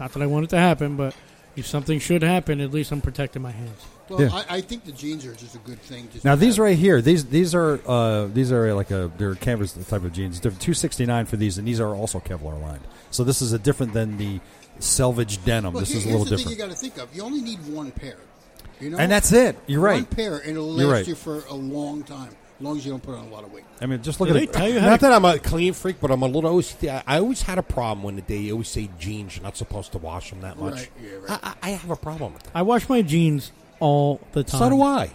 S5: not that I want it to happen, but if something should happen, at least I'm protecting my hands.
S6: Well,
S3: Yeah.
S6: I, I think the jeans are just a good thing. Just
S3: now
S6: to
S3: these
S6: have.
S3: right here, these these are uh, these are like a they're canvas type of jeans. They're 269 for these, and these are also Kevlar lined. So this is a different than the selvage denim.
S6: Well,
S3: this
S6: here-
S3: is a
S6: here's
S3: little
S6: the
S3: different.
S6: Thing you got to think of. You only need one pair. You know,
S3: and that's it. You're
S6: one
S3: right.
S6: pair, and it'll
S3: You're
S6: last
S3: right.
S6: you for a long time, as long as you don't put on a lot of weight.
S3: I mean, just look
S5: Did
S3: at
S5: they
S3: it.
S5: tell you how
S4: Not
S5: to,
S4: that I'm a clean freak, but I'm a little OCD. I- I always had a problem when they always say jeans, you're not supposed to wash them that much.
S6: Right, yeah, right.
S4: I, I I have a problem with that.
S5: I wash my jeans all the time.
S4: So do I.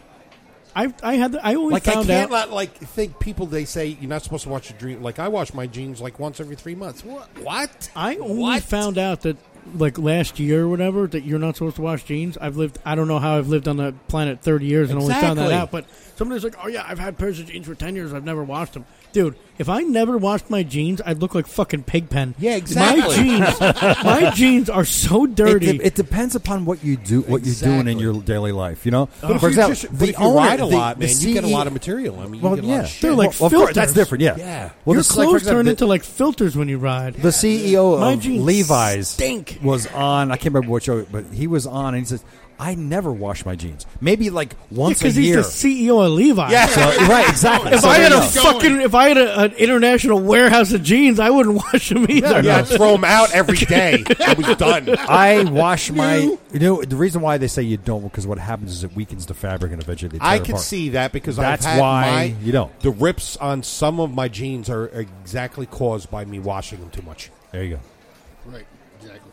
S5: I I had the, I only
S4: Like I
S5: found
S4: can't
S5: out
S4: not, like think people they say you're not supposed to wash your jeans. Like I wash my jeans like once every three months. What? What?
S5: I only
S4: What?
S5: found out that like last year or whatever that you're not supposed to wash jeans. I've lived I don't know how I've lived on the planet 30 years and only found that
S4: Exactly.
S5: out. But somebody's like, "Oh yeah, I've had pairs of jeans for 10 years. I've never washed them." Dude, if I never washed my jeans, I'd look like fucking Pigpen.
S4: Yeah, exactly.
S5: My jeans, my jeans are so
S3: It,
S5: dirty.
S3: de- it depends upon what you do, what you're doing in
S4: Exactly.
S3: your daily life. You know,
S5: Uh,
S4: But if,
S3: for
S4: you
S3: example,
S4: just, but if you
S3: owner-
S4: ride
S3: the-
S4: a lot,
S3: the
S4: man, you get a
S3: CE
S4: lot of material. I mean,
S3: Well,
S4: you get a
S3: yeah,
S4: lot of shit.
S5: E They're like
S3: well, of course, that's
S5: filters.
S3: different. Yeah,
S4: Yeah.
S3: Well,
S5: Your
S3: this is like, for
S5: clothes turn
S3: example,
S5: into like filters when you ride.
S3: the CEO
S5: My
S3: of
S5: jeans
S3: Levi's
S5: stink.
S3: was on. I can't remember what show, but he was on, and he says, "I never wash my jeans. Maybe like once a
S5: Because he's
S3: year."
S5: the CEO of Levi's.
S3: Yeah, so- right, exactly.
S5: If
S3: So
S5: I
S3: there
S5: had
S3: you
S5: a
S3: go.
S6: going.
S5: fucking, if I had a, an international warehouse of jeans, I wouldn't wash them either.
S4: yeah, throw them out every day. I was done.
S3: I wash my. You know the reason why they say you don't because what happens is it weakens the fabric and eventually they tear
S4: I can
S3: apart.
S4: see that because
S3: That's
S4: I've had
S3: why
S4: my,
S3: you don't.
S4: The rips on some of my jeans are exactly caused by me washing them too much.
S3: There you go.
S6: Right, exactly.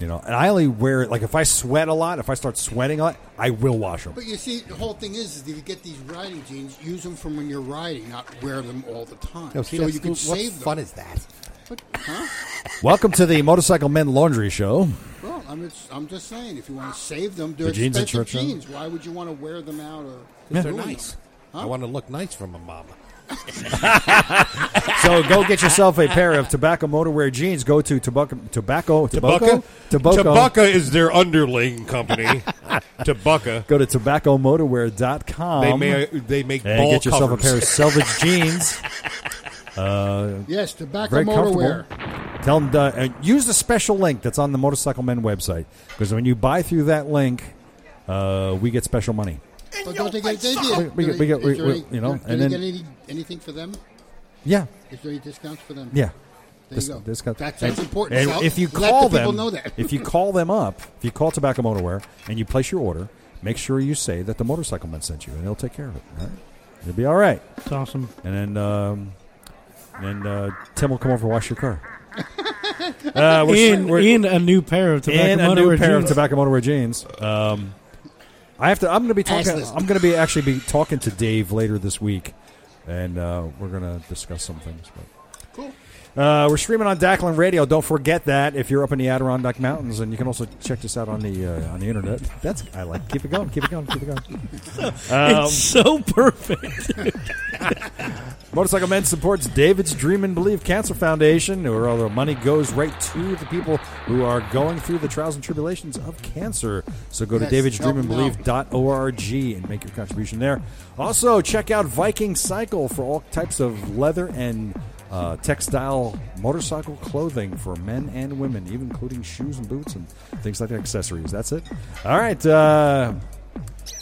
S3: You know, and I only wear it like if I sweat a lot. If I start sweating a lot, I will wash them.
S6: But you see, the whole thing is, is if you get these riding jeans, use them from when you're riding, not wear them all the time.
S4: Oh,
S6: so you can save them.
S4: fun is that?
S6: But, huh?
S3: Welcome to the Motorcycle Men Laundry Show.
S6: Well, I'm just, I'm just saying, if you want to save them, they're
S3: The jeans at
S6: expensive
S3: church, huh?
S6: jeans. Why would you want to wear them out or?
S4: They're
S6: ruin
S4: nice.
S6: them?
S4: I want to look nice from a mama.
S3: So go get yourself a pair of tobacco motorwear jeans. Go to tobacco tobacco tobacco tobacco.
S4: is their underling company. Tabaka.
S3: Go to tobaccomotorwear.com.
S4: They may they make
S3: and
S4: ball
S3: Um, get yourself
S4: covers.
S3: a pair of selvage jeans.
S6: Yes, tobacco
S3: Very
S6: motorwear.
S3: comfortable. Tell them uh, uh, use the special link that's on the Motorcycle Men website because when you buy through that link, uh, we get special money.
S6: But don't they get they did.
S3: We- we
S6: Do
S3: get- we get-
S6: they-
S3: we-
S6: is there
S3: we-
S6: any-
S3: you know,
S6: do
S3: and
S6: they
S3: then-
S6: get any, anything for them?
S3: Yeah,
S6: Is there any discounts for them?
S3: yeah.
S6: There
S3: This-
S6: you go.
S3: this guy-
S6: that's, that's important.
S3: And
S6: So
S3: if you
S6: let
S3: call
S6: the people
S3: them,
S6: know that.
S3: if you call them up, if you call Tobacco Motorwear and you place your order, make sure you say that the motorcycle man sent you, and they'll take care of it. All right? It'll be all right.
S5: It's awesome.
S3: And then, um, and then uh, Tim will come over and wash your car. Uh, we're-
S5: and,
S3: we're-
S5: and a new pair of tobacco
S3: and a new
S5: Motorwear
S3: pair of
S5: jeans.
S3: tobacco motorwear jeans. Um, I have to. I'm going to be talking.
S6: Assless.
S3: I'm going to be actually be talking to Dave later this week, and uh, we're going to discuss some things. But.
S6: Cool.
S3: Uh, we're streaming on Dacklin Radio. Don't forget that if you're up in the Adirondack Mountains, and you can also check this out on the uh, on the internet. That's I like. Keep it going. Keep it going. Keep it going. Um,
S5: It's so perfect.
S3: Motorcycle Men supports David's Dream and Believe Cancer Foundation, where all the money goes right to the people who are going through the trials and tribulations of cancer. So go
S6: Yes,
S3: to David's Dream
S6: help
S3: and
S6: them out.
S3: Believe org and make your contribution there. Also, check out Viking Cycle for all types of leather and uh, textile motorcycle clothing for men and women, even including shoes and boots and things like that, accessories. That's it. All right. Uh,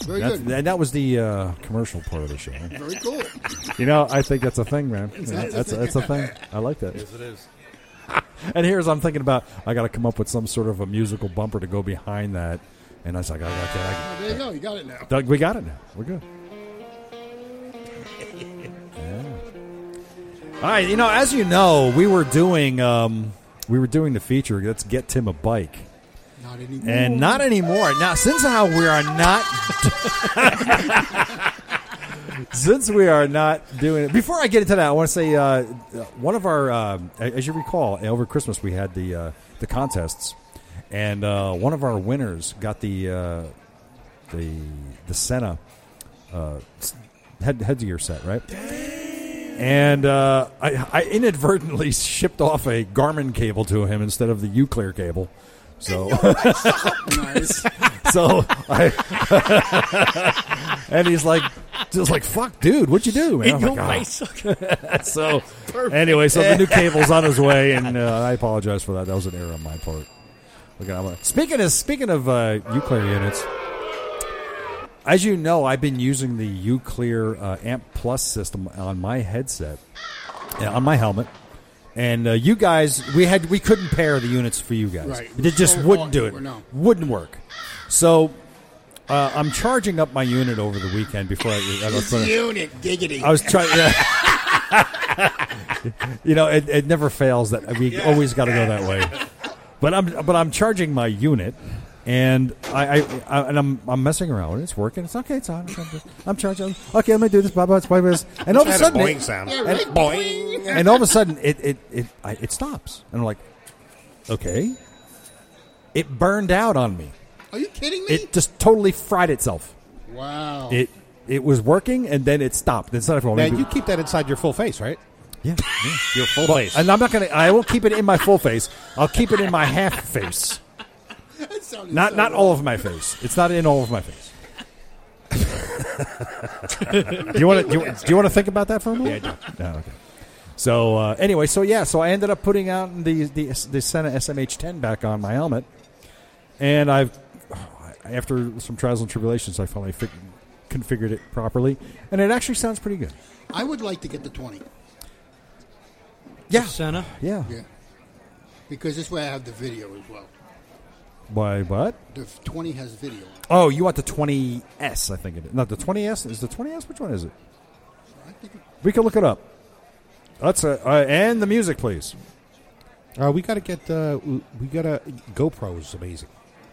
S6: Very
S3: that's,
S6: good.
S3: and that was the uh, commercial part of the show. huh?
S6: Very cool.
S3: You know, I think that's a thing, man. Yeah, that's, a, that's a thing. I like that.
S4: Yes, it is.
S3: And here's I'm thinking about. I got to come up with some sort of a musical bumper to go behind that. And I was like, I got that.
S6: There you go. You got it now.
S3: I, Doug, we got it now. We're good. Yeah. All right. You know, as you know, we were doing um, we were doing the feature. Let's get Tim a bike.
S6: Not anymore.
S3: And not anymore. Now, since how we are not, since we are not doing it. Before I get into that, I want to say uh, uh, one of our, um, a- as you recall, over Christmas we had the uh, the contests, and uh, one of our winners got the uh, the the Senna uh, s- head headgear set, right? And uh, I, I inadvertently shipped off a Garmin cable to him instead of the Uclear cable. So
S6: Nice.
S3: so I, and he's like, just like, fuck, dude, what'd you do, man? I'm like, "Oh." So anyway, so the new cable's on his way, and uh, I apologize for that. That was an error on my part. Look, I'm, uh, speaking of speaking of uh, Uclear units, as you know, I've been using the Uclear uh, Amp Plus system on my headset, uh, on my helmet. And uh, you guys, we had we couldn't pair the units for you guys.
S6: Right.
S3: It just
S6: So
S3: wouldn't do
S6: awkward,
S3: it.
S6: no.
S3: Wouldn't work. So uh, I'm charging up my unit over the weekend before I, I was gonna-
S6: Unit diggity.
S3: I was trying. Yeah. you know, it, it never fails that we always got to go that way. But I'm but I'm charging my unit, and I, I, I and I'm I'm messing around with it. It's working. It's okay. It's on. It's on. I'm charging. Okay, I'm gonna do this. Blah blah blah. blah, blah. And all of a
S4: Had a
S3: sudden,
S4: boing
S3: it,
S4: sound.
S6: Yeah, right.
S4: Boing.
S3: and all of a sudden, it it it I, it stops. And I'm like, okay, it burned out on me.
S6: Are you kidding me?
S3: It just totally fried itself.
S6: wow.
S3: It it was working, and then it stopped. It's not everyone.
S4: Man, you keep that inside your full face, right?
S3: yeah. yeah.
S4: Your full face.
S3: And I'm not gonna. I won't keep it in my full face. I'll keep it in my half face.
S6: That sounded
S3: Not
S6: so
S3: not all of my face. It's not in all of my face. do you want to do, you- do you want to think about that for a moment? Yeah, I do. No, okay. So uh, anyway, so yeah, so I ended up putting out the the the Senna SMH10 back on my helmet, and I've after some trials and tribulations, I finally fig- configured it properly, and it actually sounds pretty good.
S6: I would like to get the 20.
S3: Yeah,
S5: Senna.
S3: yeah.
S6: Yeah. Because this way I have the video as well.
S3: Why what?
S6: The f- 20 has video.
S3: Oh, you want the 20S, I think it is. Not the 20S. Is the 20S? Which one is it?
S6: I think
S3: We can look it up. That's a, uh, and the music, please.
S4: Uh, we gotta get. Uh, we- we gotta. GoPro is amazing.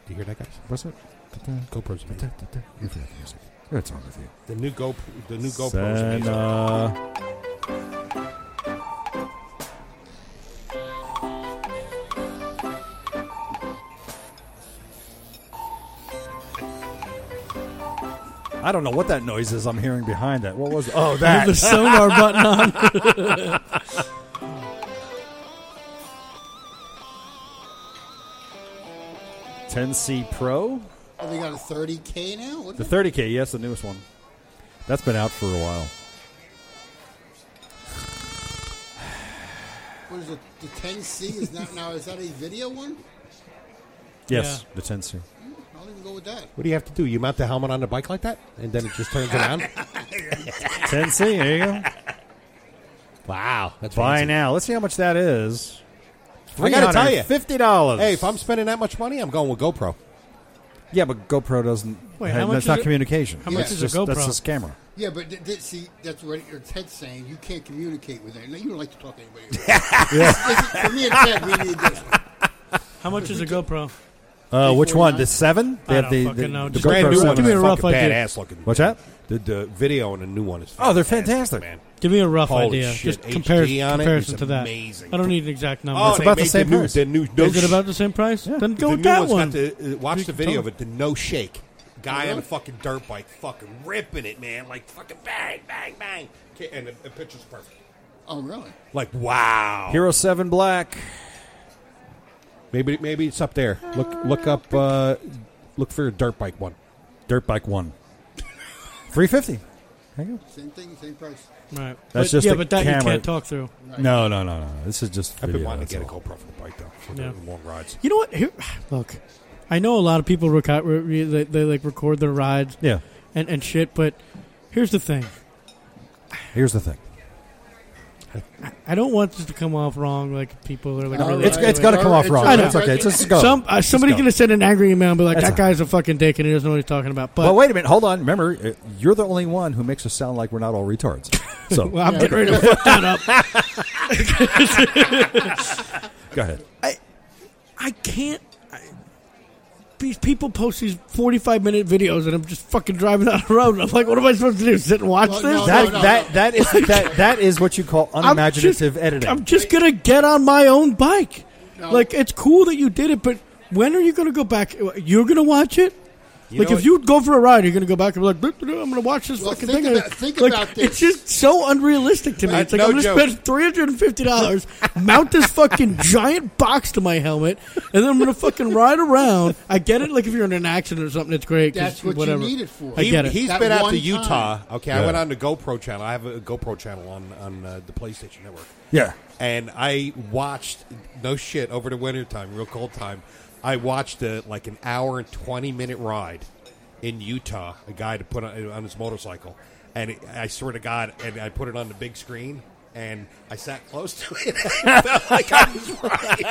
S4: Do you hear that, guys?
S3: What's it?
S4: GoPro's amazing.
S3: You forgot the music. What's wrong with you?
S4: The new Go. The new GoPro is
S3: Then,
S4: amazing.
S3: uh, I don't know what that noise is I'm hearing behind that. What was it? Oh, that.
S5: The sonar button on.
S3: Ten C Pro,
S6: oh, they got a 30K now? What
S3: the
S6: the
S3: thirty K. Yes, the newest one. That's been out for a while.
S6: what is it? The 10C is not now. Is that a video one?
S3: Yes,
S5: Yeah.
S3: the ten C.
S6: I'll even go with that.
S4: what do you have to do? You mount the helmet on the bike like that, and then it just turns around.
S3: Ten C. There you go.
S4: Wow, that's
S3: Buy
S4: fancy.
S3: now. Let's see how much that is. I gotta tell you, fifty dollars.
S4: Hey, if I'm spending that much money, I'm going with GoPro.
S3: yeah, but GoPro doesn't.
S5: Wait, how much
S3: that's
S5: is
S3: not
S5: it-
S3: communication.
S5: how
S6: much
S3: It's
S5: is a
S3: just- That's
S5: GoPro?
S3: just camera.
S6: Yeah, but th- th- see, that's what it- Ted's saying. You can't communicate with it. No, you don't like to talk to anybody. For me and Ted, we need this.
S5: How much is a GoPro?
S3: Uh, which one?
S6: 349?
S3: The seven?
S5: I don't fucking know. Just
S3: GoPro
S4: Brand new one.
S3: seven.
S5: Give me a
S4: is
S5: rough
S4: fucking
S5: idea.
S4: Badass looking.
S3: What's that?
S4: The, the video and the new one is.
S3: Oh, they're fantastic.
S4: man.
S5: Give me a rough
S4: Holy
S5: idea.
S4: shit,
S5: Just compare,
S4: HD on it
S5: comparison
S4: is
S5: to that.
S4: amazing.
S5: I don't need an exact number.
S4: Oh,
S3: It's
S4: they
S3: about the
S4: made
S3: same
S4: new,
S3: price.
S4: the new. No
S5: is it
S4: sh-
S5: about the same price? Then go
S4: the
S5: with
S4: new
S5: that
S4: one's
S5: one.
S4: Got the, uh, watch
S5: You
S4: the
S5: can tell.
S4: video of it. The no shake guy on
S6: Really?
S4: a fucking dirt bike, fucking ripping it, man. Like fucking bang, bang, bang. Ki- And the, the picture's perfect.
S6: Oh, really?
S4: Like wow.
S3: Hero seven black.
S4: Maybe maybe it's up there. Look look up. Uh, look for a dirt bike one.
S3: Dirt bike one. Three fifty. There you
S6: Same thing, same price.
S5: Right.
S3: That's
S5: but,
S3: just
S5: yeah,
S3: a
S5: but that you
S3: camera.
S5: can't talk through.
S3: go. No, no, no, no. This is just.
S4: I've been
S3: video,
S4: wanting to
S3: that's
S4: get a
S3: all.
S4: GoPro for the bike though for
S5: Yeah.
S4: the long rides.
S5: You know what? Here, look, I know a lot of people record. Re, re- they, they like record their rides
S3: Yeah.
S5: and, and shit. But here's the thing:
S3: Here's the thing.
S5: I don't want this to come off wrong. Like people are like,
S6: No,
S5: really-
S3: It's, it's
S6: wait,
S3: going to
S6: wait,
S3: come off
S6: it's
S3: wrong.
S5: all right.
S3: It's okay. It's just go.
S5: Some uh, somebody's
S3: go.
S5: gonna send an angry email and be like,
S3: That's
S5: "That guy's a fucking dick and he doesn't know what he's talking about." But
S3: But wait a minute. Hold on. Remember, uh, you're the only one who makes us sound like we're not all retards. So
S5: well, I'm getting ready to fuck that up.
S3: go ahead.
S5: Oh, I can't. I, these people post these 45 minute videos and I'm just fucking driving down the road. And I'm like, what am I supposed to do? Sit and watch
S6: Well,
S5: this?
S6: no,
S3: That
S6: no, no.
S3: that that is that that is what you call
S5: I'm
S3: unimaginative
S5: just-
S3: editing.
S5: I'm just gonna get on my own bike.
S6: No.
S5: Like it's cool that you did it, but when are you gonna go back? You're gonna watch it. like
S4: know
S5: if you go for a ride, you're gonna go back and be like, "Duh, duh, duh, I'm gonna watch this
S6: Well,
S5: fucking
S6: think
S5: thing.
S6: about- think
S5: like,
S6: about
S5: It's
S6: this.
S5: just so unrealistic to me.
S4: Like,
S5: It's like
S4: no
S5: I'm gonna
S4: joke.
S5: spend three hundred and fifty dollars, mount this fucking giant box to my helmet, and then I'm gonna fucking ride around. I get it. Like if you're in an accident or something, it's great. 'cause
S6: That's what you
S5: whatever.
S6: need it for.
S5: I
S4: He,
S5: get it.
S4: has
S6: That
S4: been out
S6: one
S4: to Utah.
S6: time.
S4: Okay,
S3: Yeah.
S4: I went on the GoPro channel. I have a GoPro channel on on uh, the PlayStation Network.
S3: yeah.
S4: and I watched no shit over the winter time, real cold time. I watched a, like an hour and twenty minute ride in Utah. A guy to put on, on his motorcycle, and it, I swear to God, and I put it on the big screen, and I sat close to it. I felt like I was riding.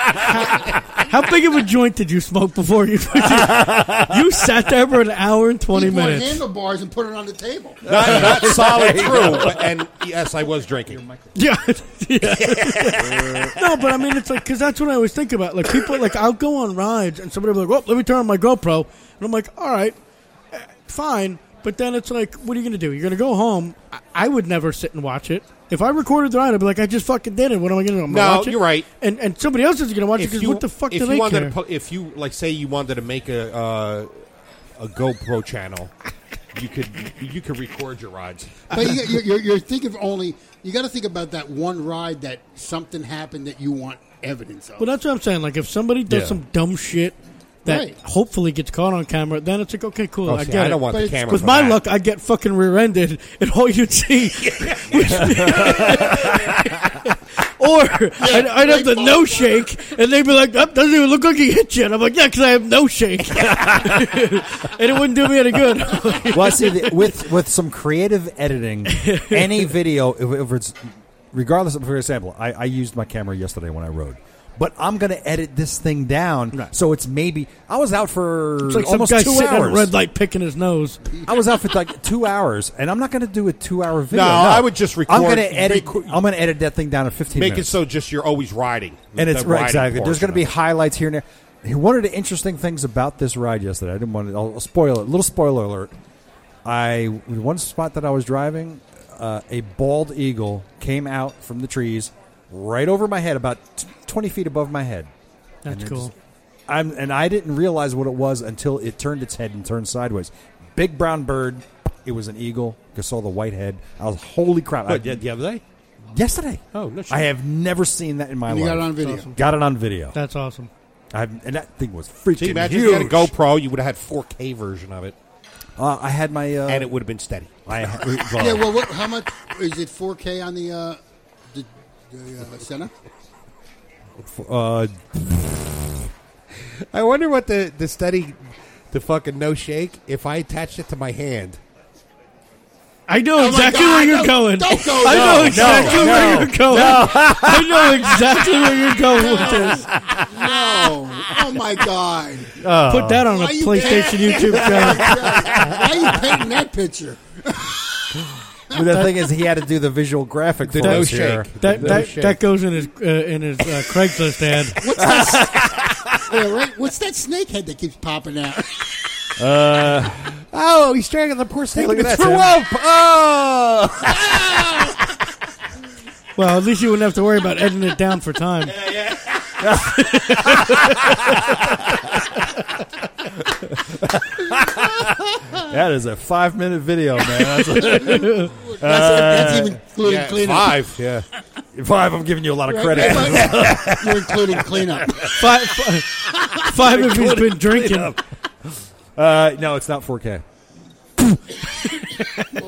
S5: How big of a joint did you smoke before you? you sat there for an hour and twenty
S6: He bought
S5: minutes.
S6: handlebars and put it on the table.
S4: Not, not solid true, but, and yes, I was drinking.
S5: Yeah. Yeah. no, but I mean, it's like, because that's what I always think about. Like, people, like, I'll go on rides and somebody will be like, oh, let me turn on my GoPro. And I'm like, all right, eh, fine. But then it's like, what are you going to do? You're going to go home. I-, I would never sit and watch it. If I recorded the ride, I'd be like, I just fucking did it. What am I going to do? I'm gonna
S4: No,
S5: watch it?
S4: you're right.
S5: And and somebody else is going to watch it because what the fuck
S4: if
S5: do
S4: you
S5: they
S4: wanted
S5: care?
S4: To, pu- if you like, say you wanted to make a uh, a GoPro channel, you could you could record your rides.
S6: But you, you're, you're, you're thinking of only. You got to think about that one ride that something happened that you want evidence of.
S5: Well, that's what I'm saying. Like, if somebody does
S3: Yeah.
S5: some dumb shit that
S6: Right.
S5: hopefully gets caught on camera, then it's like, okay, cool.
S4: Oh,
S5: I
S4: see,
S5: get
S4: I don't
S5: it.
S4: want
S6: But
S4: the
S6: it's-
S4: camera.
S5: With
S4: for
S5: my
S4: that.
S5: luck, I'd get fucking rear-ended, and all you'd see, or I'd, I'd have the no shake, and they'd be like, "That doesn't even look like he hit you." And I'm like, "Yeah, because I have no shake," and it wouldn't do me any good.
S3: Well, I see, that with with some creative editing, any video, if, if it's regardless of, for example, I, I used my camera yesterday when I rode. But I'm going to edit this thing down,
S5: Right.
S3: so it's maybe I was out for
S5: it's like some
S3: almost
S5: guy
S3: two
S5: sitting at a
S3: hours.
S5: red light picking his nose.
S3: I was out for like two hours, and I'm not going to do a two-hour video.
S4: No, I would just
S3: I'm
S4: record-
S3: going to edit.
S4: record-
S3: I'm going to edit that thing down in 15
S4: Make it
S3: minutes.
S4: so just you're always riding,
S3: and it's
S4: the
S3: right,
S4: riding
S3: exactly. There's
S4: portion
S3: going to be
S4: of it.
S3: highlights here and there. One of the interesting things about this ride yesterday, I didn't want to. I'll spoil it. Little spoiler alert. I one spot that I was driving, uh, a bald eagle came out from the trees, right over my head, about t- twenty feet above my head.
S5: That's cool.
S3: I'm and I didn't realize what it was until it turned its head and turned sideways. Big brown bird. It was an eagle. I saw the white head. I was holy crap! I,
S4: What, the- the other day.
S3: yesterday.
S4: Oh, no shit.
S3: I have never seen that in my
S6: And you
S3: life.
S6: got it on video.
S3: Got it on video.
S5: That's awesome.
S3: I and that thing was freaking
S4: See, imagine
S3: huge.
S4: if you had a GoPro, you would have had 4K version of it,
S3: Uh, I had my. Uh,
S4: and it would have been steady.
S3: I,
S6: Yeah, well, what, how much is it? 4K on the uh, the, the uh, center?
S3: uh,
S4: I wonder what the the steady, the fucking no shake. If I attached it to my hand,
S5: I know
S6: my
S5: exactly
S6: God,
S5: where you're
S6: don't-
S5: going.
S6: don't go
S5: I
S6: there.
S5: know
S6: No,
S5: exactly
S3: no,
S5: where
S3: no,
S5: you're going. I know exactly where you're going with this.
S6: No. Oh my God.
S4: Oh.
S5: Put that on a
S6: Why you
S5: PlayStation YouTube channel.
S6: Why are you painting that picture?
S3: But the thing is, he had to do the visual graphic for
S4: no
S3: us
S4: shake.
S3: here.
S5: That
S4: No
S5: that,
S4: shit.
S5: that goes in his uh, in his uh, Craigslist ad.
S6: What's that? s- yeah, right. What's that snake head that keeps popping out?
S3: Oh, he's dragging the poor snake.
S4: Look at that,
S3: through
S4: Tim.
S3: up. Oh,
S5: Oh! Well, at least you wouldn't have to worry about editing it down for time.
S3: that is a five-minute video, man.
S6: That's,
S5: Uh,
S6: that's even including cleanup.
S4: Five, yeah.
S3: That's five. I'm giving you a lot of credit.
S6: You're including cleanup.
S5: Five, five, five if he's been drinking.
S3: Uh, no, it's not 4K.
S6: Well,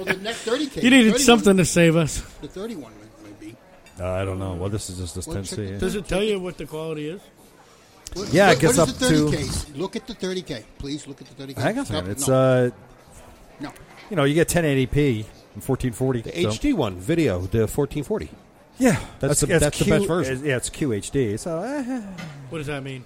S6: the next 30K.
S5: You needed something to save us.
S6: The 31 might be.
S3: Uh, I don't know. Well, this is just this
S6: Well, check
S3: 10C.
S6: the-
S5: Does it tell you what the quality is?
S6: What-
S3: Yeah, it
S6: what-
S3: gets
S6: what
S3: up
S6: is
S3: to-
S6: the 30K? Look at the 30K. Please look at the 30K.
S3: Hang on a
S6: Stop-
S3: second. It's
S6: no,
S3: uh,
S6: no.
S3: you know, you get 1080p and 1440.
S4: The
S3: so-
S4: HD one video, the 1440.
S3: Yeah,
S4: That's the- that's the best version.
S3: Yeah, it's QHD. So eh,
S5: What does that mean?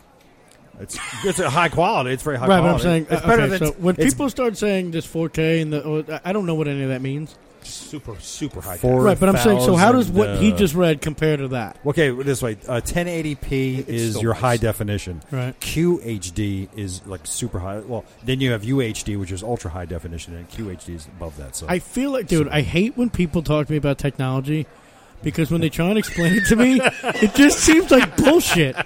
S3: it's it's a high quality. It's very high
S5: Right, but I'm
S3: quality.
S5: saying
S3: it's
S5: uh,
S3: better
S5: okay,
S3: than
S5: so when
S3: it's
S5: people start saying this 4K and the oh, I- I don't know what any of that means.
S4: Super, super high.
S3: Four-
S5: Right, but I'm saying so. How does
S3: 4,000,
S5: what he
S3: uh,
S5: just read compare to that?
S3: Okay, this way, uh, 1080p is
S4: still
S3: your
S4: nice.
S3: high definition.
S5: Right.
S3: QHD is like super high. Well, then you have UHD, which is ultra high definition, and QHD is above that. So
S5: I feel like, dude, I hate when people talk to me about technology because when they try and explain it to me, it just seems like bullshit.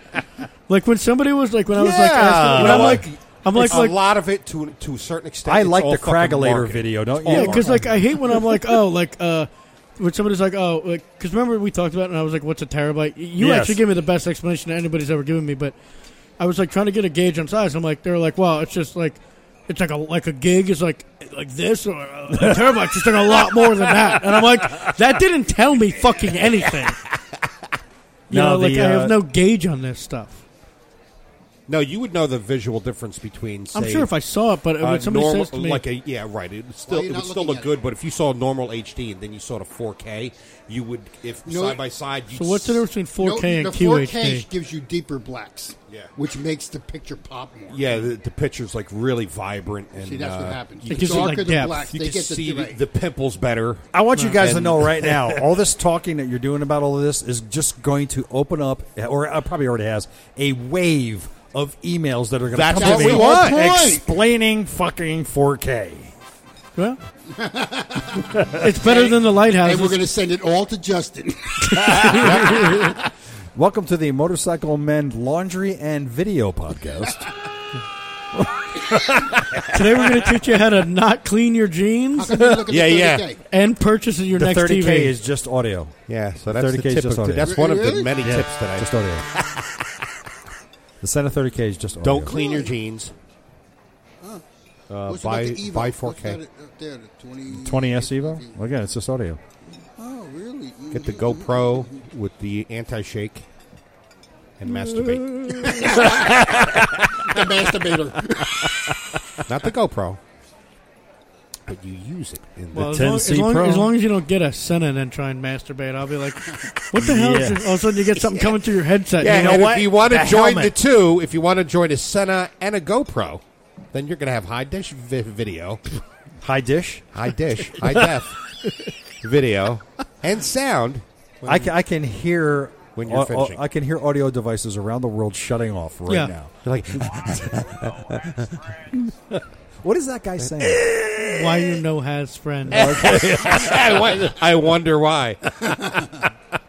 S5: Like when somebody was like, when I was like,
S3: Yeah.
S5: asking,
S3: You
S5: when
S3: know
S5: I'm
S4: what?
S5: like, I'm like,
S4: It's
S5: like,
S4: a lot of it to to a certain extent.
S3: I
S4: it's
S3: like
S4: all
S3: the
S4: fucking
S3: Cragolator
S4: marketing.
S3: video, don't
S4: It's
S3: you?
S5: yeah,
S4: all
S5: because like
S4: marketing.
S5: I hate when I'm like, oh, like uh, when somebody's like, oh, like because remember we talked about it and I was like, what's a terabyte? You
S3: Yes.
S5: actually gave me the best explanation that anybody's ever given me, but I was like trying to get a gauge on size. I'm like, they're like, wow, it's just like. It's like a like a gig is like like this or a terabyte just like a lot more than that, and I'm like that didn't tell me fucking anything. You
S3: No,
S5: know, like
S3: the,
S5: I
S3: uh,
S5: have no gauge on this stuff.
S4: no, you would know the visual difference between. Say,
S5: I'm sure if I saw it, but
S4: uh,
S5: when somebody
S4: normal,
S5: says to me,
S4: like a yeah, right. It would still
S6: Why are you
S4: it would
S6: not
S4: still
S6: looking
S4: look
S6: at
S4: good,
S6: it?
S4: but if you saw normal HD and then you saw the 4K, you would if
S6: No,
S4: side
S6: it-
S4: by side. You'd
S5: so what's the
S4: s-
S5: difference between 4K
S6: no,
S5: and
S6: the 4K
S5: QHD?
S6: gives you deeper blacks,
S4: Yeah.
S6: which makes the picture pop more.
S4: Yeah, the, the picture's like really vibrant, and
S6: See, that's
S4: uh,
S6: what happens.
S5: It
S6: The
S5: gives it, like,
S6: darker the
S5: depth.
S6: blacks,
S4: You
S6: they
S4: can
S6: get
S4: see
S6: the,
S4: the,
S6: right.
S4: the pimples better.
S3: I want you guys to
S4: And-
S3: know right now, all this talking that you're doing about all of this is just going to open up, or uh, probably already has, a wave of emails that are going
S4: That's
S3: to come
S4: what
S3: to
S4: we
S3: me
S4: want.
S3: explaining fucking 4K.
S5: Well, it's better than the lighthouse.
S6: and we're going to send it all to Justin.
S3: Welcome to the Motorcycle Men Laundry and Video Podcast.
S5: Today we're going to teach you how to not clean your
S6: How
S5: jeans
S6: come you look at
S4: Yeah,
S6: the
S4: yeah.
S6: 30K?
S5: and purchase your
S3: the
S5: next
S3: 30K
S5: TV.
S3: is just audio.
S4: Yeah, so that's
S3: 30K
S4: the
S3: is
S4: tip.
S3: just
S4: Of,
S3: audio.
S4: that's one of the
S6: Really?
S4: many
S3: Yeah,
S4: tips today.
S3: Just audio. the Santa 30K is just audio.
S4: Don't clean your
S6: Really?
S4: jeans. Uh,
S6: What's
S4: buy
S6: about the Evo?
S4: buy
S6: What's
S4: 4K.
S6: that up there, the 20,
S3: 20S Evo? Well, again, it's just audio.
S6: Oh, really?
S4: Get the GoPro with the anti-shake and masturbate.
S6: the masturbator.
S4: Not the GoPro, but you use it in the
S5: well, as, long,
S3: 10C
S5: as, long,
S3: Pro.
S5: as long as you don't get a Senna and then try and masturbate, I'll be like, what the hell? Is
S3: Yeah.
S5: this? All of a sudden you get something coming through your headset.
S4: Yeah,
S5: you know
S4: and
S5: what?
S4: if you want to
S3: The
S4: join
S3: helmet.
S4: the two, if you want to join a Senna and a GoPro, then you're going to have high dish vi- video,
S3: High dish?
S4: high dish, high def video, and sound.
S3: I can, I can hear
S4: When you're
S3: au- au-
S4: finishing.
S3: I can hear audio devices around the world shutting off right
S5: Yeah.
S3: now.
S4: You're like,
S3: What is that guy saying?
S5: Why you know has friends?
S4: I won- I wonder why.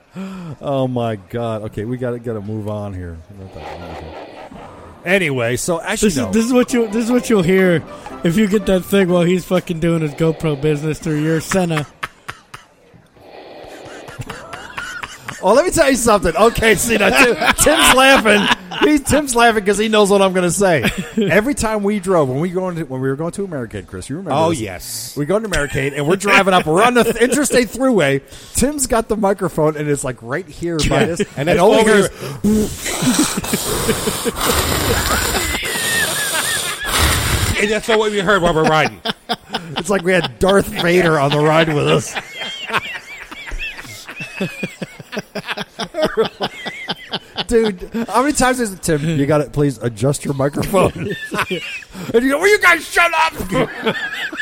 S3: oh my god! Okay, we got to got to move on here. Anyway, so actually,
S5: This
S3: no.
S5: is this is what you this is what you'll hear if you get that thing while he's fucking doing his GoPro business through your Senna.
S3: oh, let me tell you something. Okay, see now, Tim, Tim's laughing. He, Tim's laughing because he knows what I'm going to say. Every time we drove when we go into, when we were going to Americade, Chris, you remember?
S4: Oh,
S3: this.
S4: yes.
S3: we go to Americade and we're driving up. We're on the th- interstate throughway. Tim's got the microphone and it's like right here by this, and
S4: And that's
S3: it only
S4: all we
S3: hears.
S4: and that's not what we heard while we're riding.
S3: It's like we had Darth Vader on the ride with us. Dude, how many times is it, Tim? You got to please adjust your microphone. and you go, "Will you guys shut up?"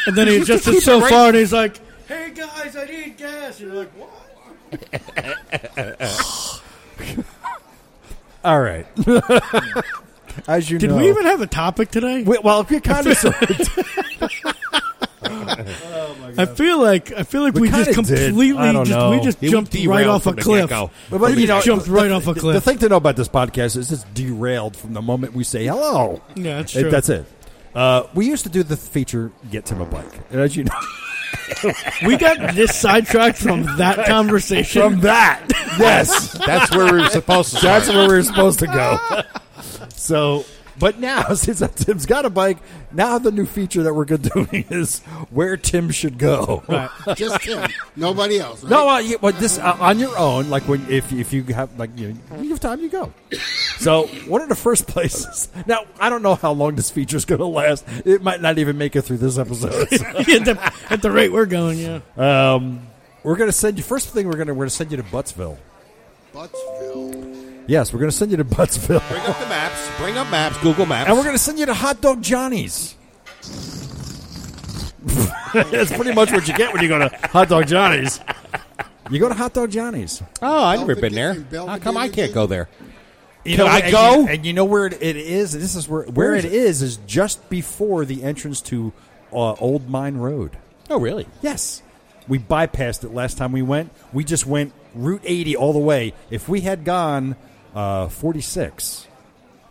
S5: And then he adjusted
S3: keep
S5: so
S3: it right-
S5: far, and he's like, "Hey guys, I need gas." And you're like, "What?"
S3: All right. As you
S5: Did
S3: know,
S5: we even have a topic today?
S3: We- well, we kind of
S5: I feel like I feel like we,
S3: We
S5: just
S3: kinda did.
S5: completely
S3: I don't
S5: just
S3: know.
S5: we just
S4: He
S5: jumped right
S4: derailed
S5: off a
S4: from the
S5: cliff.
S4: get-go.
S5: we just jumped right off a cliff.
S3: The thing to know about this podcast is it's derailed from the moment we say hello.
S5: yeah, that's
S3: It-
S5: true.
S3: that's it. Uh, we used to do the feature "Get Tim a Bike," and as you know
S5: we got this sidetracked from that conversation.
S3: from that, yes,
S1: That's where we were supposed to
S3: that's
S1: start.
S3: where we were supposed to go. So, but now since that Tim's got a bike, now the new feature that we're good doing is where Tim should go.
S5: Right.
S6: Just him. Nobody else. Right?
S3: No, uh, yeah, but this uh, on your own, like when if if you have like you, you have time, you go. So one of the first places. Now I don't know how long this feature is going to last. It might not even make it through this episode.
S5: at, the, at the rate we're going, yeah.
S3: um, we're going to send you. First thing we're going to we're going to send you to Buttsville.
S6: Buttsville.
S3: Yes, we're going to send you to Buttsville,
S4: Bring up the maps. Bring up maps. Google Maps.
S3: and we're going to send you to Hot Dog Johnny's. That's pretty much what you get when you go to Hot Dog Johnny's. You go to Hot Dog Johnny's.
S4: oh, I've never been there.
S6: Belvedere-
S4: How
S6: Belvedere
S4: come I can't
S6: Virginia?
S4: go there?
S3: You
S4: Can
S3: know,
S4: I
S3: and
S4: go?
S3: you- and you know where it, it is. This is where where it is is just before the entrance to uh, Old Mine Road.
S4: Oh, really?
S3: Yes, we bypassed it last time we went. We just went Route 80 all the way. If we had gone uh, 46,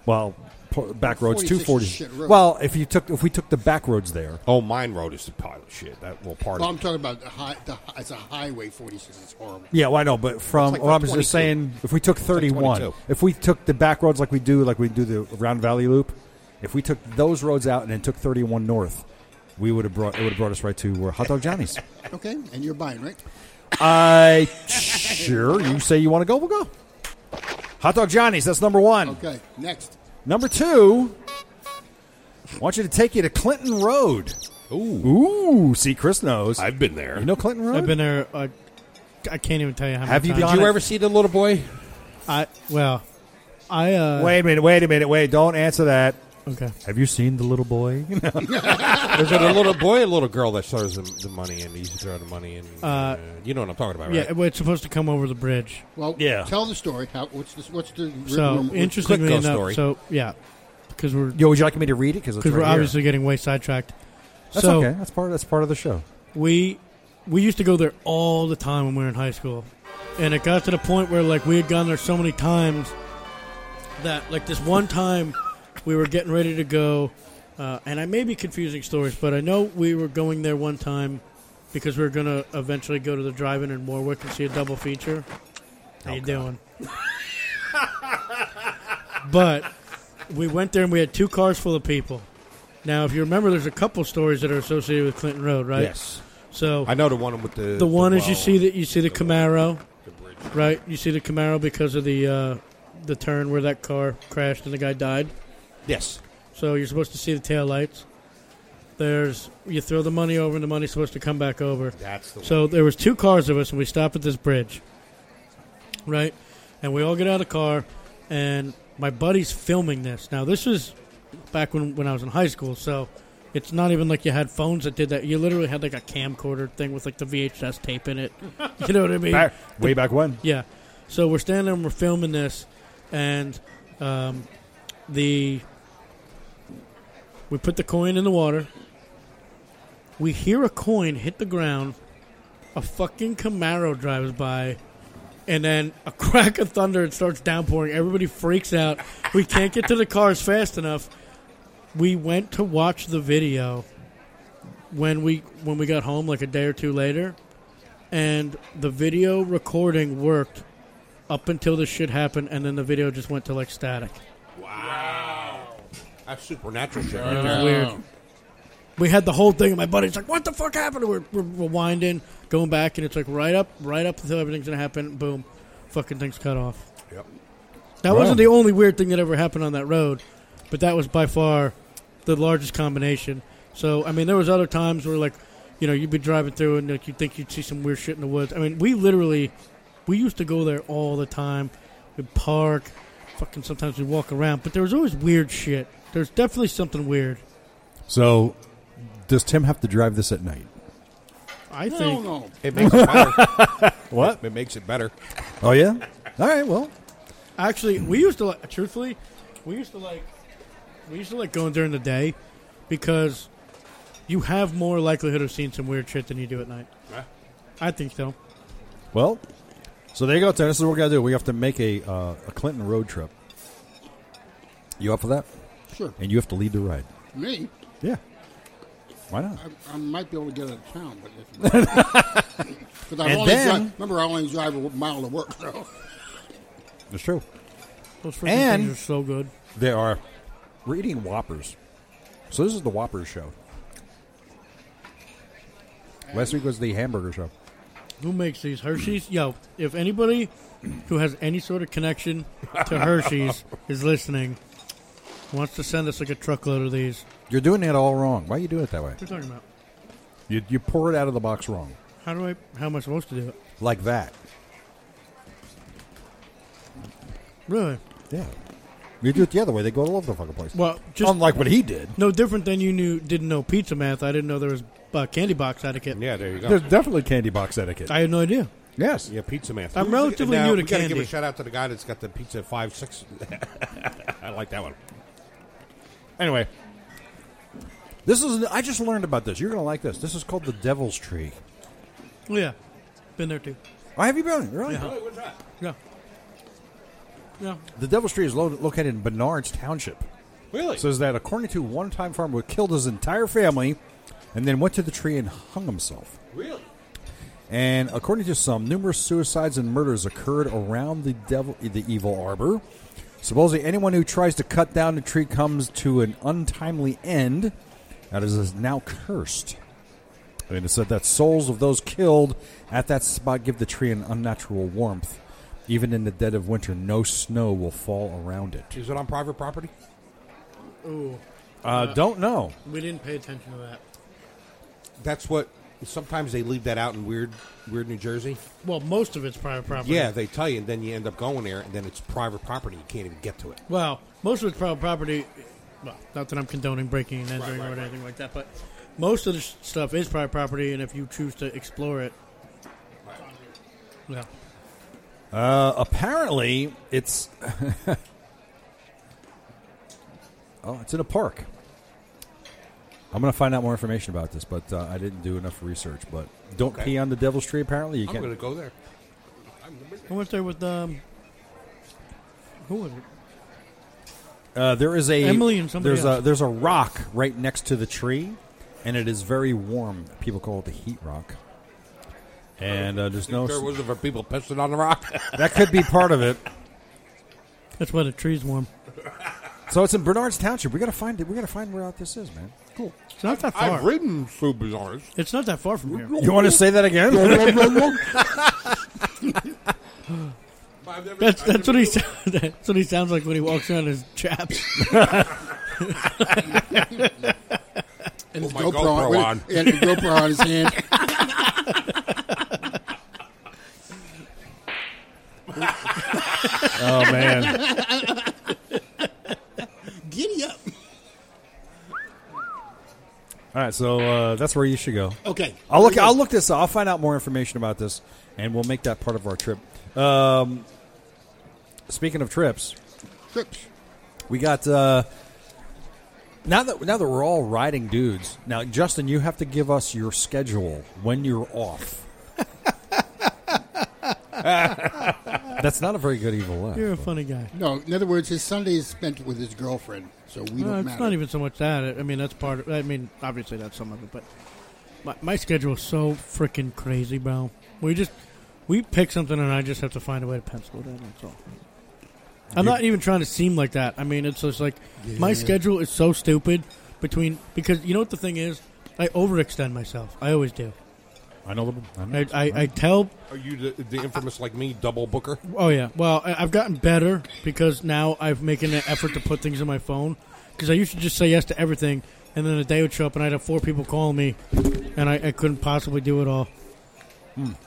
S3: well, po- back roads
S6: 46 is
S3: 240.
S6: shit road.
S3: Well, if you took if we took the back roads there,
S4: Oh, Mine Road is the pile of shit. That well, part
S6: Well, I'm
S4: of it.
S6: talking about the high, the, hi- it's a highway 46. It's horrible.
S3: yeah, well, I know. But from
S4: like
S3: well, I'm just
S4: 22.
S3: saying, if we took 31,
S4: 22.
S3: if we took the back roads like we do, like we do the Round Valley Loop, if we took those roads out and then took 31 north, we would have brought it would have brought us right to uh, Hot Dog Johnny's.
S6: Okay, and you're buying, right?
S3: I sure you say you want to go, we'll go. Hot dog Johnny's. That's number one.
S6: Okay, next.
S3: Number two. Want you to take you to Clinton Road.
S4: Ooh,
S3: Ooh, see, Chris knows.
S4: I've been there.
S3: you know Clinton Road.
S5: I've been there. Uh, I can't even tell you how many
S3: Have you
S5: times.
S3: gone-
S4: Did you
S3: it.
S4: ever see the little boy?
S5: I well, I uh,
S3: wait a minute. Wait a minute. Wait. Don't answer that.
S5: okay.
S3: Have you seen the little boy?
S4: There's a little boy, a little girl that throws the, the money in. He used to throw the money in. Uh,
S5: Uh,
S4: you know what I'm talking about, right?
S5: Yeah, well, it's supposed to come over the bridge.
S6: Well,
S3: Yeah.
S6: tell the story. How? What's the, what's the
S5: So
S6: what's-
S5: interestingly
S4: quick
S5: enough,
S4: ghost story.
S5: so yeah, because we're
S3: Yo, would you like me to read it? Because
S5: because we're obviously getting way sidetracked.
S3: That's
S5: so
S3: okay. That's part. Of, that's part of the show.
S5: we we used to go there all the time when we were in high school, and it got to the point where like we had gone there so many times that like this one time we were getting ready to go, uh, and I may be confusing stories, but I know we were going there one time because we were gonna eventually go to the drive-in in Warwick and see a double feature. How you doing? but we went there and we had two cars full of people. Now, if you remember, there's a couple stories that are associated with Clinton Road, right?
S4: Yes.
S5: So
S4: I know the one with the
S5: uh, the one is you
S4: well,
S5: see that you see the Camaro,
S4: the bridge.
S5: right? You see the Camaro because of the uh, the turn where that car crashed and the guy died.
S4: Yes.
S5: So you're supposed to see the taillights. There's you throw the money over and the money's supposed to come back over.
S4: That's the
S5: So there was two cars of us, and we stop at this bridge, right? And we all get out of the car, and my buddy's filming this. Now this was back when when I was in high school, so it's not even like you had phones that did that. You literally had like a camcorder thing with like the VHS tape in it. You know what I mean?
S3: Back, way back when.
S5: Yeah. So we're standing there and we're filming this, and um, the we put the coin in the water. We hear a coin hit the ground. A fucking Camaro drives by, and then a crack of thunder it starts downpouring. Everybody freaks out. We can't get to the cars fast enough. We went to watch the video when we when we got home, like a day or two later and the video recording worked up until this shit happened, and then the video just went to like static.
S4: That's supernatural shit.
S5: It
S4: Right
S5: was
S4: there.
S5: weird. We had the whole thing, and my buddy's like, "What the fuck happened?" We're, we're, we're winding, going back, and it's like right up, right up until everything's gonna happen. Boom, fucking things cut off.
S4: Yep.
S5: That wasn't the only weird thing that ever happened on that road, but that was by far the largest combination. So I mean, there was other times where like, you know, you'd be driving through and like you think you'd see some weird shit in the woods. I mean, we literally, we used to go there all the time. We'd park, fucking sometimes we'd walk around, but there was always weird shit. There's definitely something weird.
S3: So, does Tim have to drive this at night?
S5: I
S6: I
S5: think
S6: don't know.
S4: It makes it better.
S3: What?
S4: It makes it better.
S3: Oh yeah. All right. Well,
S5: Actually, we used to like. Truthfully, we used to like. We used to like going during the day, because you have more likelihood of seeing some weird shit than you do at night. I think so.
S3: well. So there you go, Tim. This is what we gotta do. We have to make a uh, a Clinton road trip. You up for that?
S6: Sure.
S3: And you have to lead the ride.
S6: Me,
S3: Yeah. Uh, Why not?
S6: I, I might be able to get out of town, but if, 'Cause I
S3: And
S6: only
S3: then-
S6: drive, remember I only drive a mile to work. So
S3: It's true.
S5: Those freaking
S3: And-
S5: things are so good.
S3: They are. We're eating Whoppers. So this is the Whoppers show. Last week was the hamburger show.
S5: Who makes these Hershey's? Yo, if anybody who has any sort of connection to Hershey's is listening, wants to send us like a truckload of these.
S3: You're doing that all wrong. Why are you doing it that way?
S5: What are you talking about?
S3: You, you pour it out of the box wrong.
S5: How do I? How am I supposed to do it?
S3: Like that.
S5: Really?
S3: Yeah. You do it the other way. They go all over the fucking place.
S5: Well, just
S3: Unlike what he did.
S5: no different than you knew. Didn't know pizza math. I didn't know there was uh, candy box etiquette.
S4: Yeah, there you go.
S3: There's definitely candy box etiquette.
S5: I had no idea.
S3: yes.
S4: yeah, pizza man.
S5: I'm relatively
S4: now,
S5: new to
S4: we gotta give
S5: candy.
S4: a shout out to the guy that's got the pizza five six. I like that one.
S3: Anyway. This is. I just learned about this. You're going to like this. This is called the Devil's Tree.
S5: Oh, Yeah, been there too.
S3: Oh, have you been? Really?
S5: Yeah, yeah.
S3: The Devil's Tree is lo- located in Bernard's Township.
S4: Really?
S3: says that according to one time farmer who killed his entire family and then went to the tree and hung himself.
S4: really?
S3: And according to some, numerous suicides and murders occurred around the devil the evil arbor. Supposedly anyone who tries to cut down the tree comes to an untimely end that is, is now cursed. And it said that souls of those killed at that spot give the tree an unnatural warmth. Even in the dead of winter, no snow will fall around it.
S4: Is it on private property?
S5: Ooh,
S3: Uh, don't know.
S5: we didn't pay attention to that.
S4: That's what. Sometimes they leave that out in weird, weird New Jersey.
S5: Well, most of it's private property.
S4: Yeah, they tell you, and then you end up going there, and then it's private property. You can't even get to it.
S5: Well, most of it's private property. Well, not that I'm condoning breaking and entering or anything like that, but most of the s- stuff is private property, and if you choose to explore it, yeah.
S3: Uh, apparently, it's oh, it's in a park. I'm gonna find out more information about this, but uh, I didn't do enough research. But don't
S4: Okay.
S3: pee on the devil's tree. Apparently, you
S4: I'm going
S3: can't.
S4: to go there.
S5: I went there with um, who was it?
S3: Uh, there is a
S5: Emily and somebody
S3: there's a
S5: else.
S3: there's a rock right next to the tree, and it is very warm. People call it the heat rock. And uh, there's no
S5: Oh,
S4: there wasn't for people pissing on the rock.
S3: that could be part of it.
S5: That's why the tree's warm.
S3: So it's in Bernard's Township. We gotta find it. We gotta find where out this is, man. Cool.
S5: It's not that far.
S4: I've ridden through bazaars.
S5: it's not that far from here.
S3: You want to say that again?
S5: That's that's what he sound- that's what he sounds like when he walks around his chaps.
S6: and his
S4: my
S6: GoPro,
S4: GoPro
S6: with-
S4: on.
S6: and his GoPro on his hand.
S3: oh man.
S6: Giddy up.
S3: All right, so uh, that's where you should go.
S6: Okay,
S3: I'll look. I'll look this. up. I'll find out more information about this, and we'll make that part of our trip. Um, speaking of trips,
S6: trips.
S3: we got uh, now that now that we're all riding dudes. Now, Justin, you have to give us your schedule when you're off. that's not a very good evil laugh.
S5: You're a funny guy.
S6: No, in other words, his Sunday is spent with his girlfriend, so we
S5: Uh,
S6: don't
S5: it's
S6: matter.
S5: not even so much that. I- I mean, that's part. Of, I mean, obviously that's some of it, but my, my schedule is so freaking crazy, bro. We just we pick something and I just have to find a way to pencil it in. That's all. I'm not even trying to seem like that. I mean, it's just like my schedule is so stupid between because you know what the thing is. I overextend myself. I always do.
S3: I know. The, I know.
S5: I, I, I tell
S4: Are you the, the infamous like me, double booker?
S5: Oh yeah. Well, I- I've gotten better because now I've making an effort to put things in my phone. because I used to just say yes to everything, and then a day would show up, and I'd have four people calling me, and I, I couldn't possibly do it all.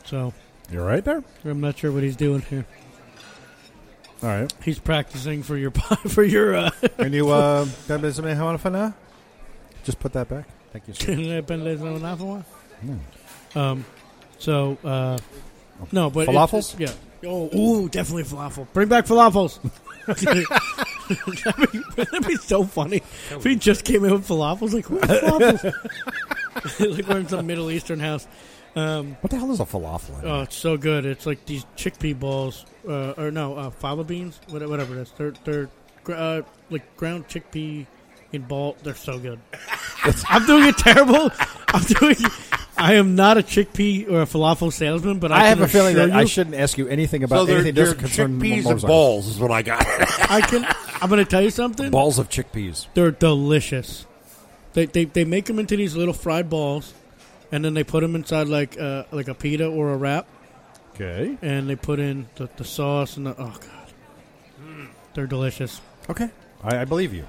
S5: So
S3: You're right there.
S5: I'm not sure what he's doing here.
S3: All right.
S5: He's practicing for your po- for your. Uh,
S3: Can you uh, that is something I want to find out? Just put that back. Thank you. Sir.
S5: um, so uh, no, but it-
S3: Falafels?
S5: yeah. Oh, ooh, definitely falafel. Bring back falafels. that'd, be, that'd be so funny if he just came in with falafels. Like, where's falafels? like we're in some Middle Eastern house. Um,
S3: What the hell is a falafel?
S5: Oh, it's so good. It's like these chickpea balls, uh, or no, uh, fava beans, whate- whatever it is. They're they're gr- uh, like ground chickpea in ball. They're so good. I'm doing it terrible. I'm doing. I am not a chickpea or a falafel salesman, but I,
S3: I have
S5: can
S3: a feeling
S5: assure
S3: that I
S5: you,
S3: shouldn't ask you anything
S4: So
S3: about
S4: they're,
S3: anything that
S4: they're
S3: doesn't concern
S4: chickpeas and
S3: motorcycles.
S4: balls is what I got.
S5: I can. I'm going to tell you something.
S3: Balls of chickpeas.
S5: They're delicious. They, they they make them into these little fried balls, and then they put them inside like uh, like a pita or a wrap,
S3: Okay.
S5: and they put in the, the sauce and the oh god, they're delicious.
S3: Okay. I, I believe you.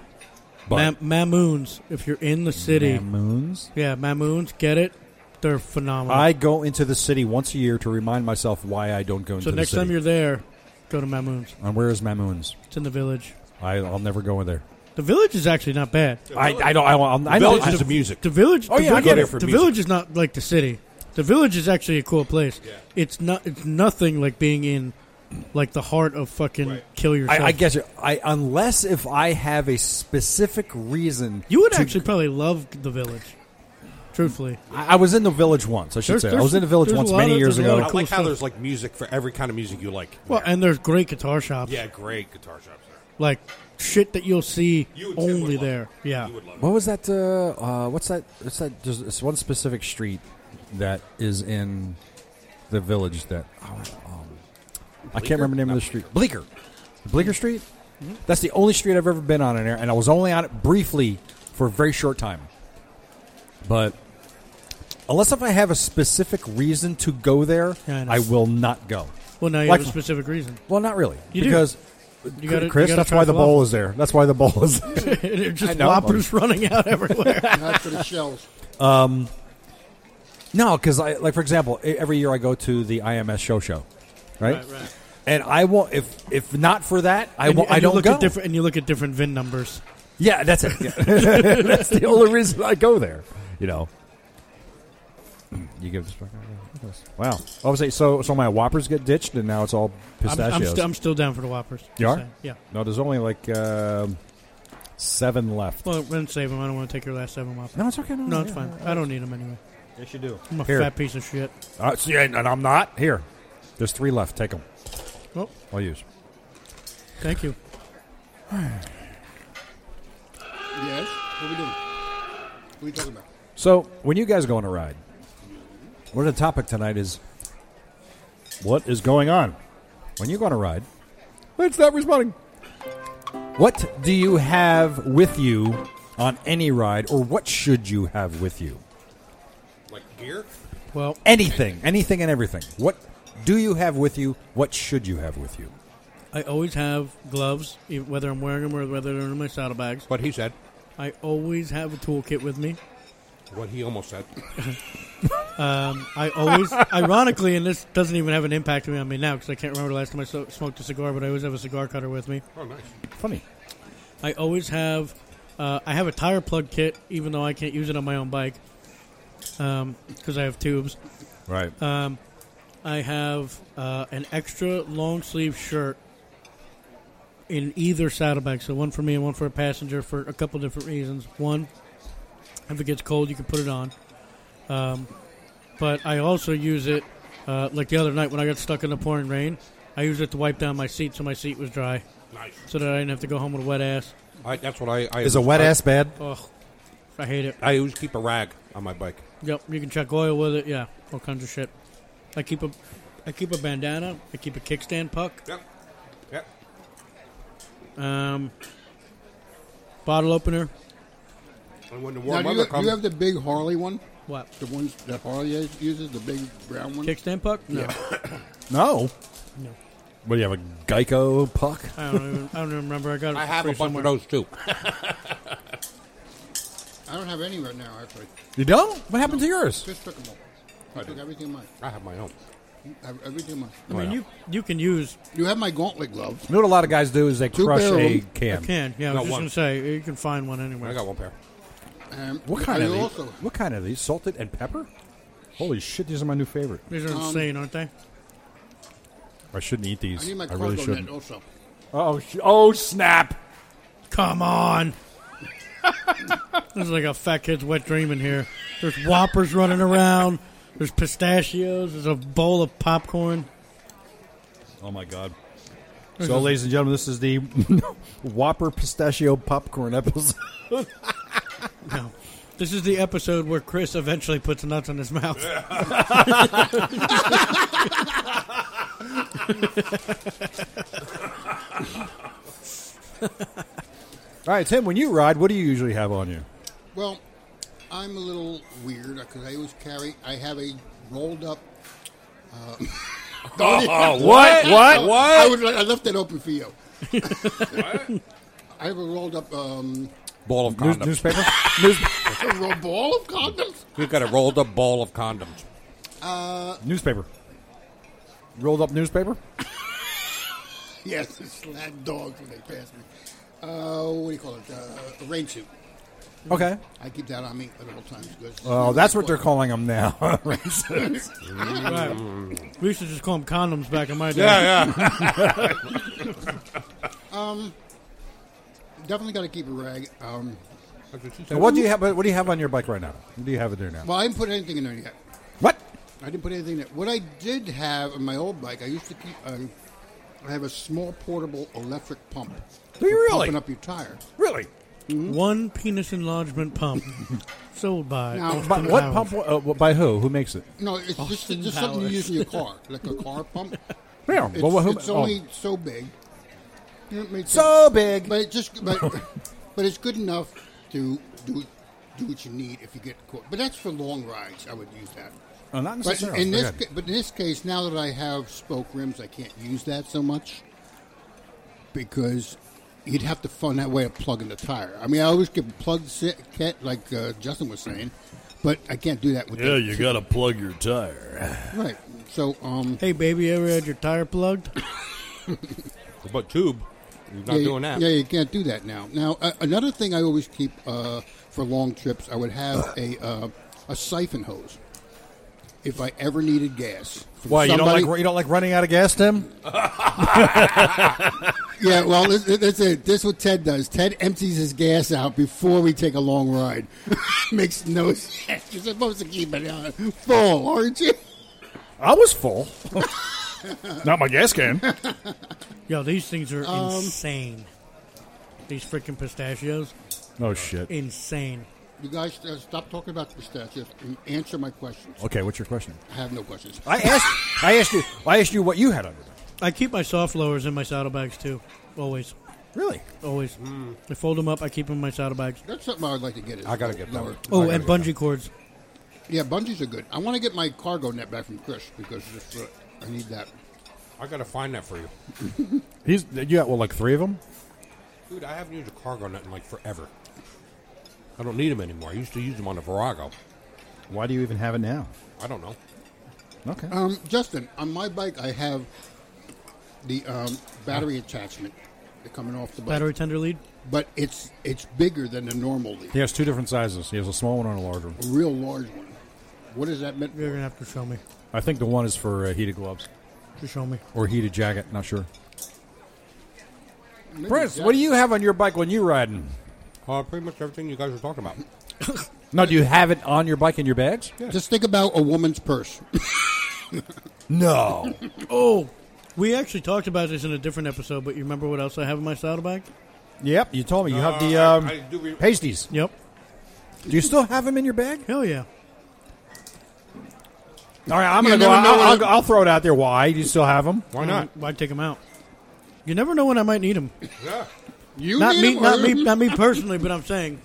S5: Ma- Mamoons, if you're in the city,
S3: Moons.
S5: yeah, Mamoons, get it. They're phenomenal.
S3: I go into the city once a year to remind myself why I don't go into
S5: so
S3: the
S5: next
S3: city.
S5: time you're there, go to Mamoons.
S3: and where is Mamoons?
S5: It's in the village.
S3: I, I'll never go in there.
S5: The village is actually not bad.
S3: I, I don't. I, don't- I, know.
S4: Village is the music.
S5: The village.
S3: Oh,
S5: the
S3: yeah, I
S5: village,
S3: get
S4: it for
S5: The
S4: music.
S5: village is not like the city. The village is actually a cool place. It's not. It's nothing like being in like the heart of fucking kill yourself.
S3: I, I guess you- I unless if I have a specific reason.
S5: you would
S3: to-
S5: actually probably love the village. Truthfully,
S3: I I was in the village once. I should
S5: There's-
S3: say I
S5: there's-
S3: was in the village
S5: there's a
S3: once
S5: lot
S3: many
S5: of-
S3: years
S5: there's a lot
S4: I
S3: ago.
S5: of-
S4: like
S5: Cool
S4: how
S5: stuff.
S4: there's like music for every kind of music you like.
S5: well,
S4: there.
S5: and there's great guitar shops.
S4: yeah, great guitar shops there.
S5: like shit that you'll see
S4: You and Tim would
S5: only
S4: love it.
S5: there. Yeah,
S4: You would love it.
S3: What was that? Uh, uh, what's that? What's that? There's this one specific street that is in the village that oh, um, I can't remember the name of the street. Bleecker, Bleecker Street.
S5: Mm-hmm.
S3: That's the only street I've ever been on in there, and I was only on it briefly for a very short time. But unless if I have a specific reason to go there,
S5: Yeah, I know.
S3: I will not go.
S5: Well, now you
S3: Like-
S5: have a specific reason.
S3: Well, not really,
S5: You do.
S3: because
S5: You gotta,
S3: Chris,
S5: you gotta
S3: that's
S5: try
S3: why the
S5: falafel.
S3: bowl is there. That's why the bowl is. there.
S5: They're
S3: I
S5: just
S3: know.
S5: whoppers running out everywhere.
S6: Not for the shells.
S3: No, because I like for example, e- every year I go to the IMS show show, right?
S5: Right, right.
S3: And I won't if if not for that, I
S5: And you-
S3: won't,
S5: and
S3: I
S5: you
S3: don't
S5: look
S3: go.
S5: At different, and you look at different VIN numbers.
S3: yeah, that's it. Yeah. that's the only reason I go there. You know. You give this back. Wow. I was saying, so so my whoppers get ditched, and now it's all
S5: I'm,
S3: pistachios.
S5: I'm, st- I'm still down for the whoppers.
S3: You
S5: Just
S3: are?
S5: saying. Yeah.
S3: no, there's only like um seven left.
S5: Well, then save them. I don't want to take your last seven whoppers.
S3: no, it's okay. No,
S5: No, it's
S3: yeah.
S5: fine. I don't need them anyway.
S3: Yes, you do.
S5: I'm a
S3: Here.
S5: fat piece of shit.
S3: Uh, see, and and I'm not here. There's three left. Take them.
S5: Well,
S3: I'll use.
S5: thank you.
S6: Yes. What are we doing? What are you talking about?
S3: So, when you guys go on a ride, what the topic tonight is what is going on? When you go on a ride, it's not responding. What do you have with you on any ride, or what should you have with you?
S4: Like gear?
S5: Well,
S3: Anything, anything and everything. What do you have with you? What should you have with you?
S5: I always have gloves, e- whether I'm wearing them or whether they're in my saddlebags.
S4: What he said.
S5: I always have a toolkit with me.
S4: What he almost said.
S5: Um, I always, ironically, and this doesn't even have an impact on me- on me now because I can't remember the last time I so- smoked a cigar, but I always have a cigar cutter with me.
S4: Oh, nice.
S3: Funny.
S5: I always have. Uh, I have a tire plug kit, even though I can't use it on my own bike because I have tubes.
S3: Right.
S5: Um, I have uh, an extra long sleeve shirt in either saddlebag, so one for me and one for a passenger for a couple different reasons. One, if it gets cold, you can put it on. Um, but I also use it, uh, like the other night when I got stuck in the pouring rain, I used it to wipe down my seat so my seat was dry,
S4: Nice.
S5: so that I didn't have to go home with a wet ass.
S4: I, that's what I. I
S3: is a wet
S4: I-
S3: ass bad?
S5: Ugh, I hate it.
S4: I always keep a rag on my bike.
S5: Yep, you can check oil with it. Yeah, all kinds of shit. I keep a, I keep a bandana. I keep a kickstand puck.
S4: Yep. Yep.
S5: Um, bottle opener.
S4: And when the
S6: Now,
S4: warm
S6: do
S4: weather
S6: you, do
S4: comes,
S6: you have the big Harley one?
S5: What?
S6: The ones that Harley uses, the big brown one?
S5: Kickstand puck? No.
S3: No.
S5: No.
S3: What do you have? A Geico puck?
S5: I don't even. I don't even remember. I got. It
S4: I
S5: for
S4: have a
S5: free
S4: bunch of
S5: somewhere.
S4: those too.
S6: I don't have any right now, actually.
S3: You don't? What happened to yours?
S6: Just took them all. I took everything of mine.
S4: I have my own.
S6: I have everything of mine.
S5: I mean, you you can use
S6: You have my gauntlet glove.
S3: You know what a lot of guys do is they
S6: Two
S3: crush
S6: barrel.
S3: a can.
S5: can. Yeah, I
S4: No,
S5: was just
S4: one.
S5: gonna say you can find one anywhere.
S4: I got one pair.
S6: Um,
S3: What kind
S6: I
S3: of these?
S6: also,
S3: What kind of these? Salted and pepper? Holy shit! These are my new favorite.
S5: These are
S6: Um,
S5: insane, aren't they?
S3: I shouldn't eat
S6: I
S3: these.
S6: need my
S3: I
S6: cargo
S3: really
S6: net
S3: shouldn't.
S6: also.
S2: Oh, sh- oh snap!
S5: Come on. this is like a fat kid's wet dream in here. There's whoppers running around. There's pistachios. There's a bowl of popcorn.
S3: Oh my god. So, ladies and gentlemen, this is the Whopper pistachio popcorn episode.
S5: No. This is the episode where Chris eventually puts nuts in his mouth.
S3: All right, Tim. When you ride, what do you usually have on you?
S6: Well, I'm a little weird because I always carry. I have a rolled up. uh,
S4: Oh, Uh-uh. what? What?
S6: I, would, I left that open for you. I have a rolled up um,
S4: Ball of
S3: News-
S4: condoms.
S3: newspaper. News-
S6: a roll ball of condoms.
S4: We've got a rolled up ball of condoms.
S3: newspaper. Rolled up newspaper.
S6: Yes, it's slap dogs when they pass me. Uh, what do you call it? Uh, a rain suit.
S3: Okay.
S6: I keep that on me at all times. 'cause-
S3: Oh, that's what they're calling them now. Raisins.
S5: Right. We used to just call them condoms back in my day.
S4: yeah.
S6: Definitely got to keep a rag. Um,
S3: so what do you have? What do you have on your bike right now? What do you have it there now?
S6: well, I didn't put anything in there yet.
S3: What?
S6: I didn't put anything in there. What I did have on my old bike, I used to keep. Um, I have a small portable electric pump.
S3: Do you
S6: for
S3: really?
S6: Pumping up your tire.
S3: Really?
S5: One penis enlargement pump sold by.
S6: Now,
S5: Austin
S3: By, what
S5: Powers.
S3: pump? Uh, by who? Who makes it?
S6: No, it's just,
S5: Austin
S6: it's just something you
S5: Powers.
S6: use in your car, like a car pump.
S3: Yeah.
S6: It's,
S3: well, who,
S6: it's
S3: oh.
S6: only so big. You know, it makes sense.
S3: so big.
S6: But it just but, but it's good enough to do do what you need if you get caught. But that's for long rides. I would use that.
S3: Oh, not
S6: But
S3: necessarily.
S6: in this
S3: Okay.
S6: ca- but in this case, now that I have spoke rims, I can't use that so much because you'd have to find that way of plugging the tire. I mean, I always get plugged sit, cat, like uh, Justin was saying, but I can't do that with the-
S7: gotta plug your tire.
S6: right. So um,
S5: Hey, baby, you ever had your tire plugged?
S4: oh. But tube, you're not
S6: yeah,
S4: doing that.
S6: Yeah, you can't do that now. Now, uh, another thing I always keep uh, for long trips, I would have a uh, a siphon hose if I ever needed gas. From
S3: Why you don't
S6: somebody-
S3: like you don't like running out of gas, Tim?
S6: Yeah, well, this, this, this, this is what Ted does. Ted empties his gas out before we take a long ride. Makes no sense. You're supposed to keep it uh, full, aren't you?
S3: I was full. Not my gas can.
S5: Yo, these things are insane. These freaking pistachios,
S3: Oh shit.
S5: insane.
S6: You guys uh, stop talking about pistachios and answer my questions.
S3: Okay, what's your question?
S6: I have no questions.
S3: I asked. I asked you. I asked you what you had on your bike.
S5: I keep my soft lowers in my saddlebags too, always,
S3: Really?
S5: always. I fold them up. I keep them in my saddlebags.
S6: That's something I would like to get. is
S4: I gotta get that.
S6: lower-
S5: Oh, and bungee cords.
S6: Yeah, bungees are good. I want to get my cargo net back from Chris because it's, uh, I need that.
S4: I gotta find that for you,
S3: He's you got well like three of them.
S4: dude. I haven't used a cargo net in like forever. I don't need them anymore. I used to use them on the Virago.
S3: Why do you even have it now?
S4: I don't know.
S3: Okay.
S6: Um, Justin, on my bike, I have the um, battery attachment coming off the bike,
S5: Battery tender lead.
S6: but it's it's bigger than the normal lead,
S3: He has two different sizes. He has a small one and a larger one.
S6: a real large one. What does that mean?
S5: You're gonna have to show me.
S3: I think the one is for uh, heated gloves
S5: Just show me.
S3: or heated jacket. Not sure. Prince, what do you have on your bike when you're riding?
S4: Uh, pretty much everything you guys are talking about.
S3: No, do you have it on your bike in your bags?
S6: Just think about a woman's purse.
S3: No.
S5: Oh, we actually talked about this in a different episode, but you remember what else I have in my saddlebag?
S3: yep. You told me you have the
S4: Uh, I-
S3: um,
S4: I do re-
S3: pasties.
S5: Yep.
S3: Do you still have them in your bag?
S5: Hell yeah.
S3: All right, I'm
S6: You
S3: gonna go.
S6: never know
S3: I'll,
S6: when-
S3: I'll, go- I'll throw it out there. Why do you still have them?
S4: Why not?
S5: Why take them out? You never know when I might need them.
S4: Yeah.
S6: You
S5: Not
S6: need
S5: me,
S6: them,
S5: not
S6: or-
S5: me, not me personally, but I'm saying.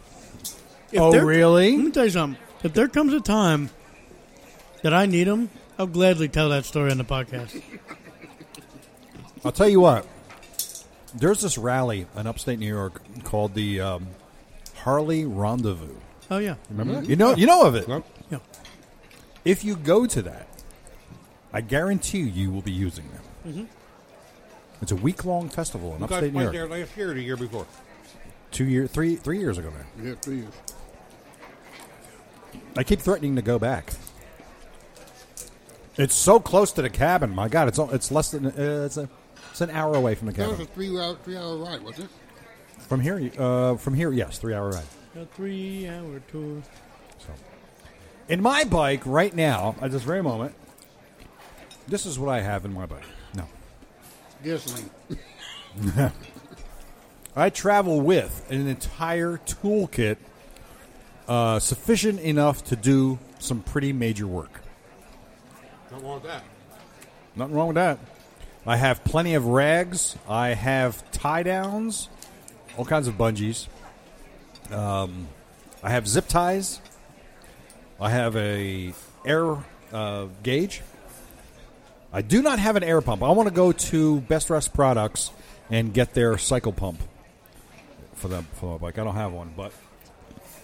S5: if
S3: Oh,
S5: there-
S3: really?
S5: Let me tell you something. If there comes a time that I need them, I'll gladly tell that story on the podcast.
S3: I'll tell you what. There's this rally in upstate New York called the um, Harley Rendezvous.
S5: Oh yeah.
S3: Remember that? You know, you know of it.
S4: Yep.
S5: Yeah.
S3: If you go to that, I guarantee you will be using them. It's a week long festival in
S4: Mm-hmm. You
S3: upstate
S4: guys
S3: New
S4: went
S3: York.
S4: there last year or the year before.
S3: Two year, three, three years ago now.
S6: Yeah, three years.
S3: I keep threatening to go back. It's so close to the cabin. My God, it's all, it's less than uh, it's a it's an hour away from the
S6: That was a
S3: cabin.
S6: three-hour, three-hour ride, was it?
S3: From here, you- uh, from here, yes, three hour ride.
S5: A three-hour tour.
S3: So, in my bike right now, at this very moment, this is what I have in my bike. No,
S6: Gasoline.
S3: I travel with an entire toolkit uh, sufficient enough to do some pretty major work.
S4: Don't want that.
S3: Nothing wrong with that. I have plenty of rags. I have tie downs, all kinds of bungees. Um, I have zip ties. I have a air uh, gauge. I do not have an air pump. I want to go to Best Rest Products and get their cycle pump for them for my bike. I don't have one, but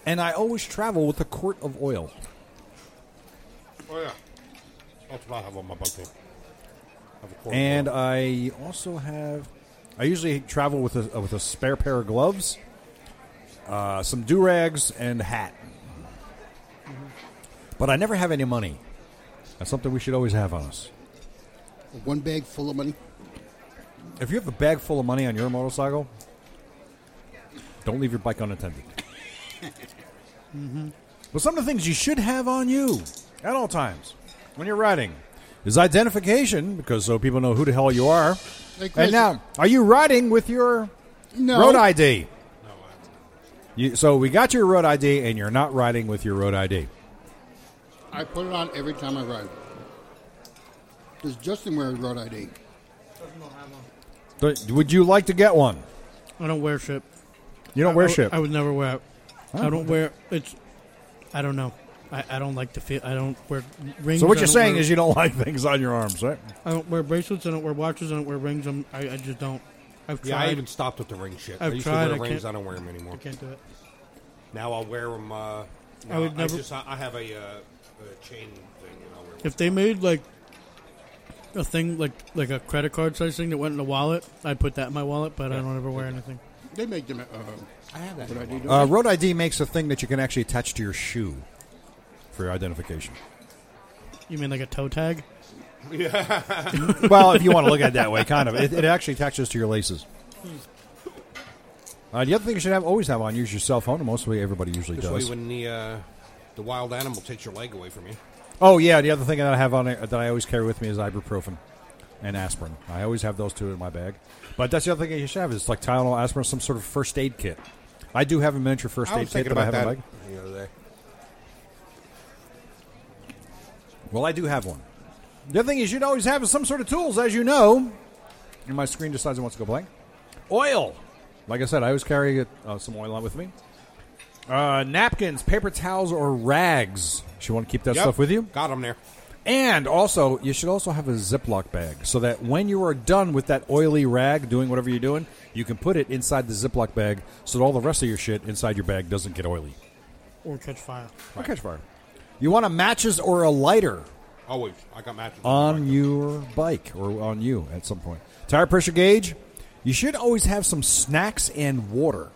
S3: and I always travel with a quart of oil.
S4: Oh yeah. That's what I have on my bike there. Have a quarter
S3: And
S4: of
S3: I also have. I usually travel with a with a spare pair of gloves, uh, some do rags, and a hat. But I never have any money. That's something we should always have on us.
S6: One bag full of money.
S3: If you have a bag full of money on your motorcycle, don't leave your bike unattended. Mm-hmm. But some of the things you should have on you at all times when you're riding is identification, because so people know who the hell you are.
S6: Hey, Chris,
S3: And now, are you riding with your
S6: no,
S3: road ID? You, so we got your road ID, and you're not riding with your road ID.
S6: I put it on every time I ride. Does Justin wear a road ID?
S3: But would you like to get one?
S5: I don't wear shit.
S3: You don't wear
S5: I,
S3: shit.
S5: I would never wear. it. I don't wear. It's. I don't know. I, I don't like to feel. I don't wear rings.
S3: so what
S5: I
S3: you're
S5: don't
S3: saying
S5: wear-
S3: is you don't like things on your arms, right?
S5: I don't wear bracelets. I don't wear watches. I don't wear rings. I'm, I, I just don't. I've
S4: Yeah,
S5: tried.
S4: I even stopped with the ring shit. i
S5: I've
S4: used
S5: tried,
S4: to
S5: I
S4: wear rings.
S5: can't-
S4: I don't wear them anymore.
S5: I can't do it.
S4: Now I'll wear them. Uh,
S5: I would
S4: no,
S5: never-
S4: just, I I have a, uh, a chain thing, and I'll wear 'em.
S5: If they made like a thing like like a credit card size thing that went in a wallet, I'd put that in my wallet. But I don't ever wear anything.
S6: They make them. Uh, I have that. Road ID, don't
S3: Uh, road ID makes a thing that you can actually attach to your shoe for your identification.
S5: You mean like a toe tag?
S3: well, if you want to look at it that way, kind of. It, it actually attaches to your laces. Uh, the other thing you should have always have on you is your cell phone, and mostly everybody usually
S4: This way,
S3: does.
S4: when the uh, the wild animal takes your leg away from you,
S3: Oh yeah, the other thing that I have on that I always carry with me is ibuprofen and aspirin. I always have those two in my bag. But that's the other thing you should have is like Tylenol, aspirin, some sort of first aid kit. I do have a miniature first
S4: I
S3: aid
S4: was
S3: kit
S4: thinking
S3: that I
S4: about
S3: have in my
S4: that
S3: bag.
S4: the other day.
S3: Well, I do have one. The other thing you should always have is some sort of tools, as you know. And my screen decides it wants to go blank. Oil. Like I said, I always carry uh, some oil on with me. Uh, napkins, paper towels, or rags. You want to keep that
S4: Yep.
S3: stuff with you.
S4: Got them there.
S3: And also, you should also have a Ziploc bag so that when you are done with that oily rag doing whatever you're doing, you can put it inside the Ziploc bag so that all the rest of your shit inside your bag doesn't get oily.
S5: Or catch fire?
S3: Or catch fire. You want a matches or a lighter
S4: Always, I got matches
S3: on your bike or on you at some point. Tire pressure gauge. You should always have some snacks and water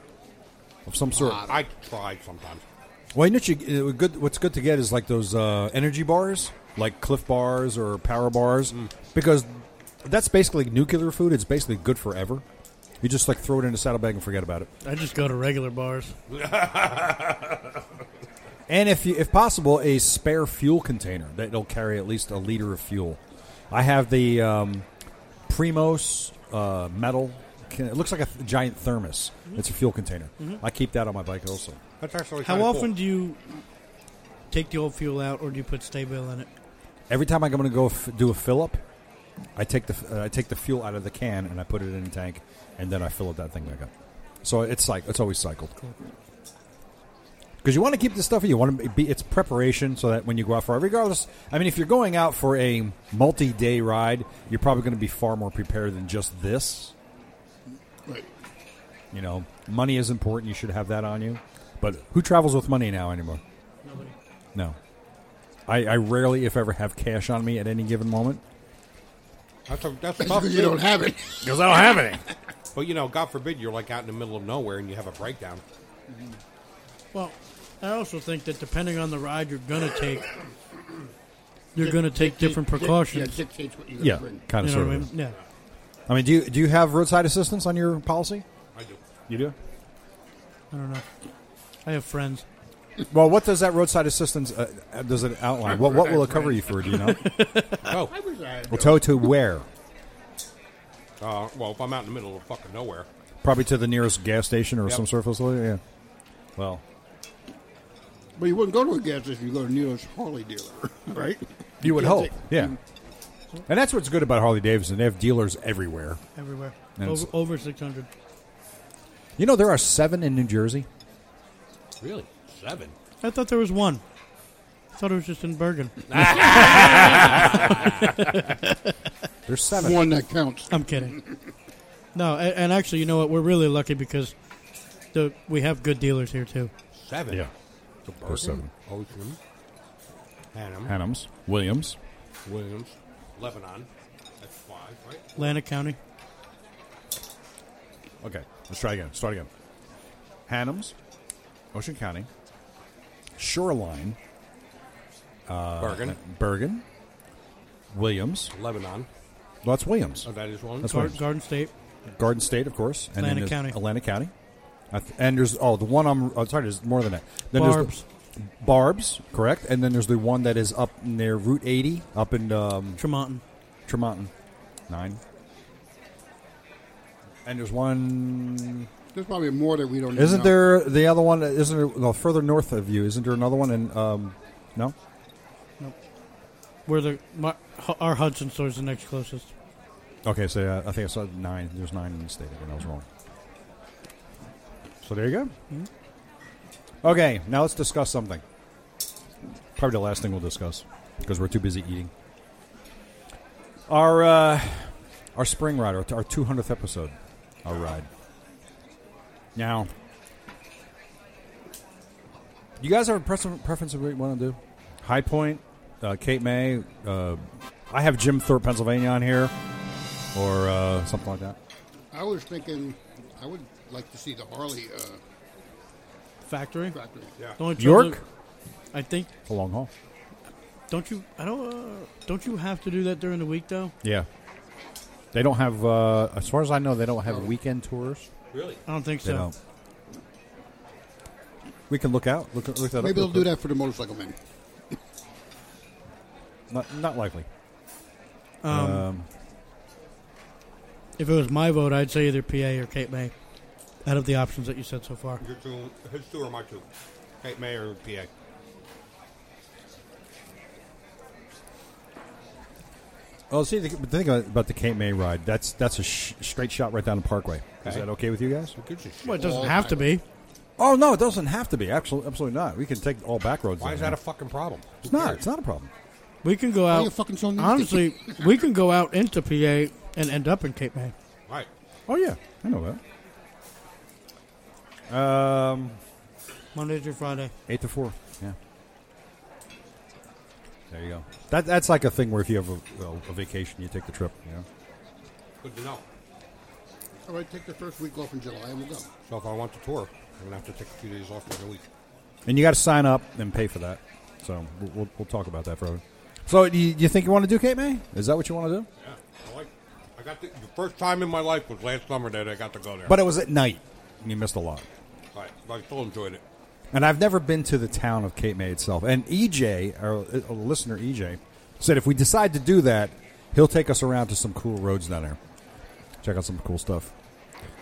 S3: of some sort.
S4: I try sometimes.
S3: Well, you know, what you, uh, good, what's good to get is like those uh, energy bars, like Cliff bars or Power bars, because that's basically nuclear food. It's basically good forever. You just like throw it in a saddlebag and forget about it.
S5: I just go to regular bars.
S3: And if you, if possible, a spare fuel container that'll carry at least a liter of fuel. I have the um, Primos uh, metal. Can, it looks like a th- giant thermos. It's a fuel container. I keep that on my bike also.
S4: That's actually
S5: How
S4: kinda
S5: often
S4: Cool.
S5: do you take the old fuel out, or do you put Staybill in it?
S3: Every time I'm going to go f- do a fill up, I take the f- uh, I take the fuel out of the can and I put it in the tank, and then I fill up that thing back up. So it's like it's always cycled. because you want to keep this stuff. You want to be it's preparation so that when you go out for regardless, I mean, if you're going out for a multi-day ride, you're probably going to be far more prepared than just this.
S6: Right.
S3: You know, money is important. You should have that on you. But who travels with money now anymore? Nobody. No. I, I rarely, if ever, have cash on me at any given moment.
S4: That's a, that's
S6: That's
S4: tough.
S6: because you
S4: too.
S6: don't have it.
S3: Because I don't have any.
S4: But you know, God forbid, you're like out in the middle of nowhere and you have a breakdown.
S5: Well, I also think that depending on the ride you're gonna take, you're gonna take different
S6: Yeah,
S5: precautions.
S6: dictates what you're going to
S3: Yeah,
S6: bring.
S3: kind of
S5: You know
S3: sort
S5: what I
S3: of.
S5: mean? Yeah.
S3: I mean, do you do you have roadside assistance on your policy?
S4: I do.
S3: You do.
S5: I don't know. I have friends.
S3: Well, what does that roadside assistance uh, uh, does it outline? What what will it cover you for? Do you know?
S4: Oh,
S6: I wish I had
S3: Well, tow to where?
S4: uh, well, if I'm out in the middle of fucking nowhere,
S3: Probably to the nearest gas station or
S4: Yep.
S3: some sort of facility. Yeah. Well,
S6: But you wouldn't go to a gas station. You go to Nero's Harley dealer, right?
S3: you would
S6: can't
S3: hope.
S6: take-
S3: Yeah. And that's what's good about Harley Davidson. They have dealers everywhere.
S5: everywhere.
S3: And
S5: Over,
S3: it's-
S5: over 600.
S3: You know, there are seven in New Jersey.
S4: really seven.
S5: I thought there was one. I thought it was just in Bergen.
S3: There's seven.
S6: One that counts.
S5: I'm kidding. No, and, and actually, you know what? We're really lucky because the we have good dealers here too.
S4: Seven.
S3: Yeah.
S4: The Bergen,
S3: There's seven.
S4: Ocean, Hanum,
S3: Hannums, Williams.
S4: Williams, Lebanon. That's five, right?
S5: Atlantic County.
S3: Okay, let's try again. Start again. Hannums, Ocean County, Shoreline, Uh,
S4: Bergen,
S3: Bergen, Williams.
S4: Lebanon.
S3: Well, that's Williams.
S4: Oh, that is one.
S3: That's
S5: Gar-
S3: Williams.
S5: Garden State.
S3: Garden State, of course, and then
S5: Atlantic
S3: there's
S5: County.
S3: Atlantic County, I th- and there's oh the one I'm oh, sorry, there's more than that. Then There's
S5: Barb's.
S3: the, Barb's, correct, and then there's the one that is up near Route 80, up in um,
S5: Tremonton.
S3: Tremonton, nine. And there's one.
S6: There's probably more that we don't. even
S3: Isn't
S6: know.
S3: there the other one? Isn't there no, further north of you? Isn't there another one? And um, no,
S5: Where the my, Hu- our Hudson store is the next closest.
S3: okay. So uh, I think I saw nine. There's nine in the state. Again, I was wrong. So there you go. Okay, now let's discuss something. Probably the last thing we'll discuss because we're too busy eating. Our uh, our spring ride, our, our 200th episode, our ride. Now, you guys have a preference, preference of what you want to do? High Point, uh, Cape May. Uh, I have Jim Thorpe, Pennsylvania, on here, or uh, something like that.
S6: I was thinking. I would like to see the Harley uh,
S5: Factory.
S6: factory.
S4: Yeah.
S5: The only trouble-
S3: York,
S5: I think.
S3: it's a long haul.
S5: Don't you? I don't. Uh, don't you have to do that during the week though?
S3: Yeah. They don't have, uh, as far as I know, they don't have weekend tours.
S4: Really?
S5: I don't think
S3: They
S5: so.
S3: don't. We can look out. Look, look that up.
S6: Maybe they'll
S3: real
S6: do
S3: quick.
S6: that for the motorcycle men.
S3: Not, not likely.
S5: Um,
S3: Um,
S5: if it was my vote, I'd say either PA or Cape May. Out of the options that you said so far,
S4: Your two, his two or my two? Hey, Mayor PA.
S3: oh, see, the, but the thing about the Cape May ride, that's that's a sh- straight shot right down the Parkway. Is
S4: Okay.
S3: that okay with you guys?
S4: Good shit.
S5: well, it doesn't
S6: All
S5: have to be.
S3: Oh no, it doesn't have to be. Absolutely, absolutely not. We can take all back roads.
S4: Why
S3: down
S4: is that
S3: here.
S4: a fucking problem?
S3: It's not. It's not a problem.
S5: We can go
S6: Why
S5: out.
S6: you fucking so nasty?
S5: honestly, we can go out into PA and end up in Cape May.
S4: Right.
S3: Oh yeah, I know that. Um,
S5: Monday through Friday.
S3: Eight to four. Yeah. There you go. That that's like a thing where if you have a, a, a vacation, you take the trip. You know.
S4: Good to know.
S6: All right, take the first week off in July and we'll go.
S4: So if I want the tour, I'm gonna have to take a few days off during the week.
S3: And you got to sign up and pay for that. So we'll, we'll, we'll talk about that further. So do you, you think you want to do Cape May? Is that what you want to do?
S4: Yeah. I like. I got the, the first time in my life was last summer that I got to go there.
S3: But it was at night. and You missed a lot.
S4: right. But I still enjoyed it.
S3: And I've never been to the town of Cape May itself. And EJ, our uh, listener EJ, said if we decide to do that, he'll take us around to some cool roads down there. Check out some cool stuff.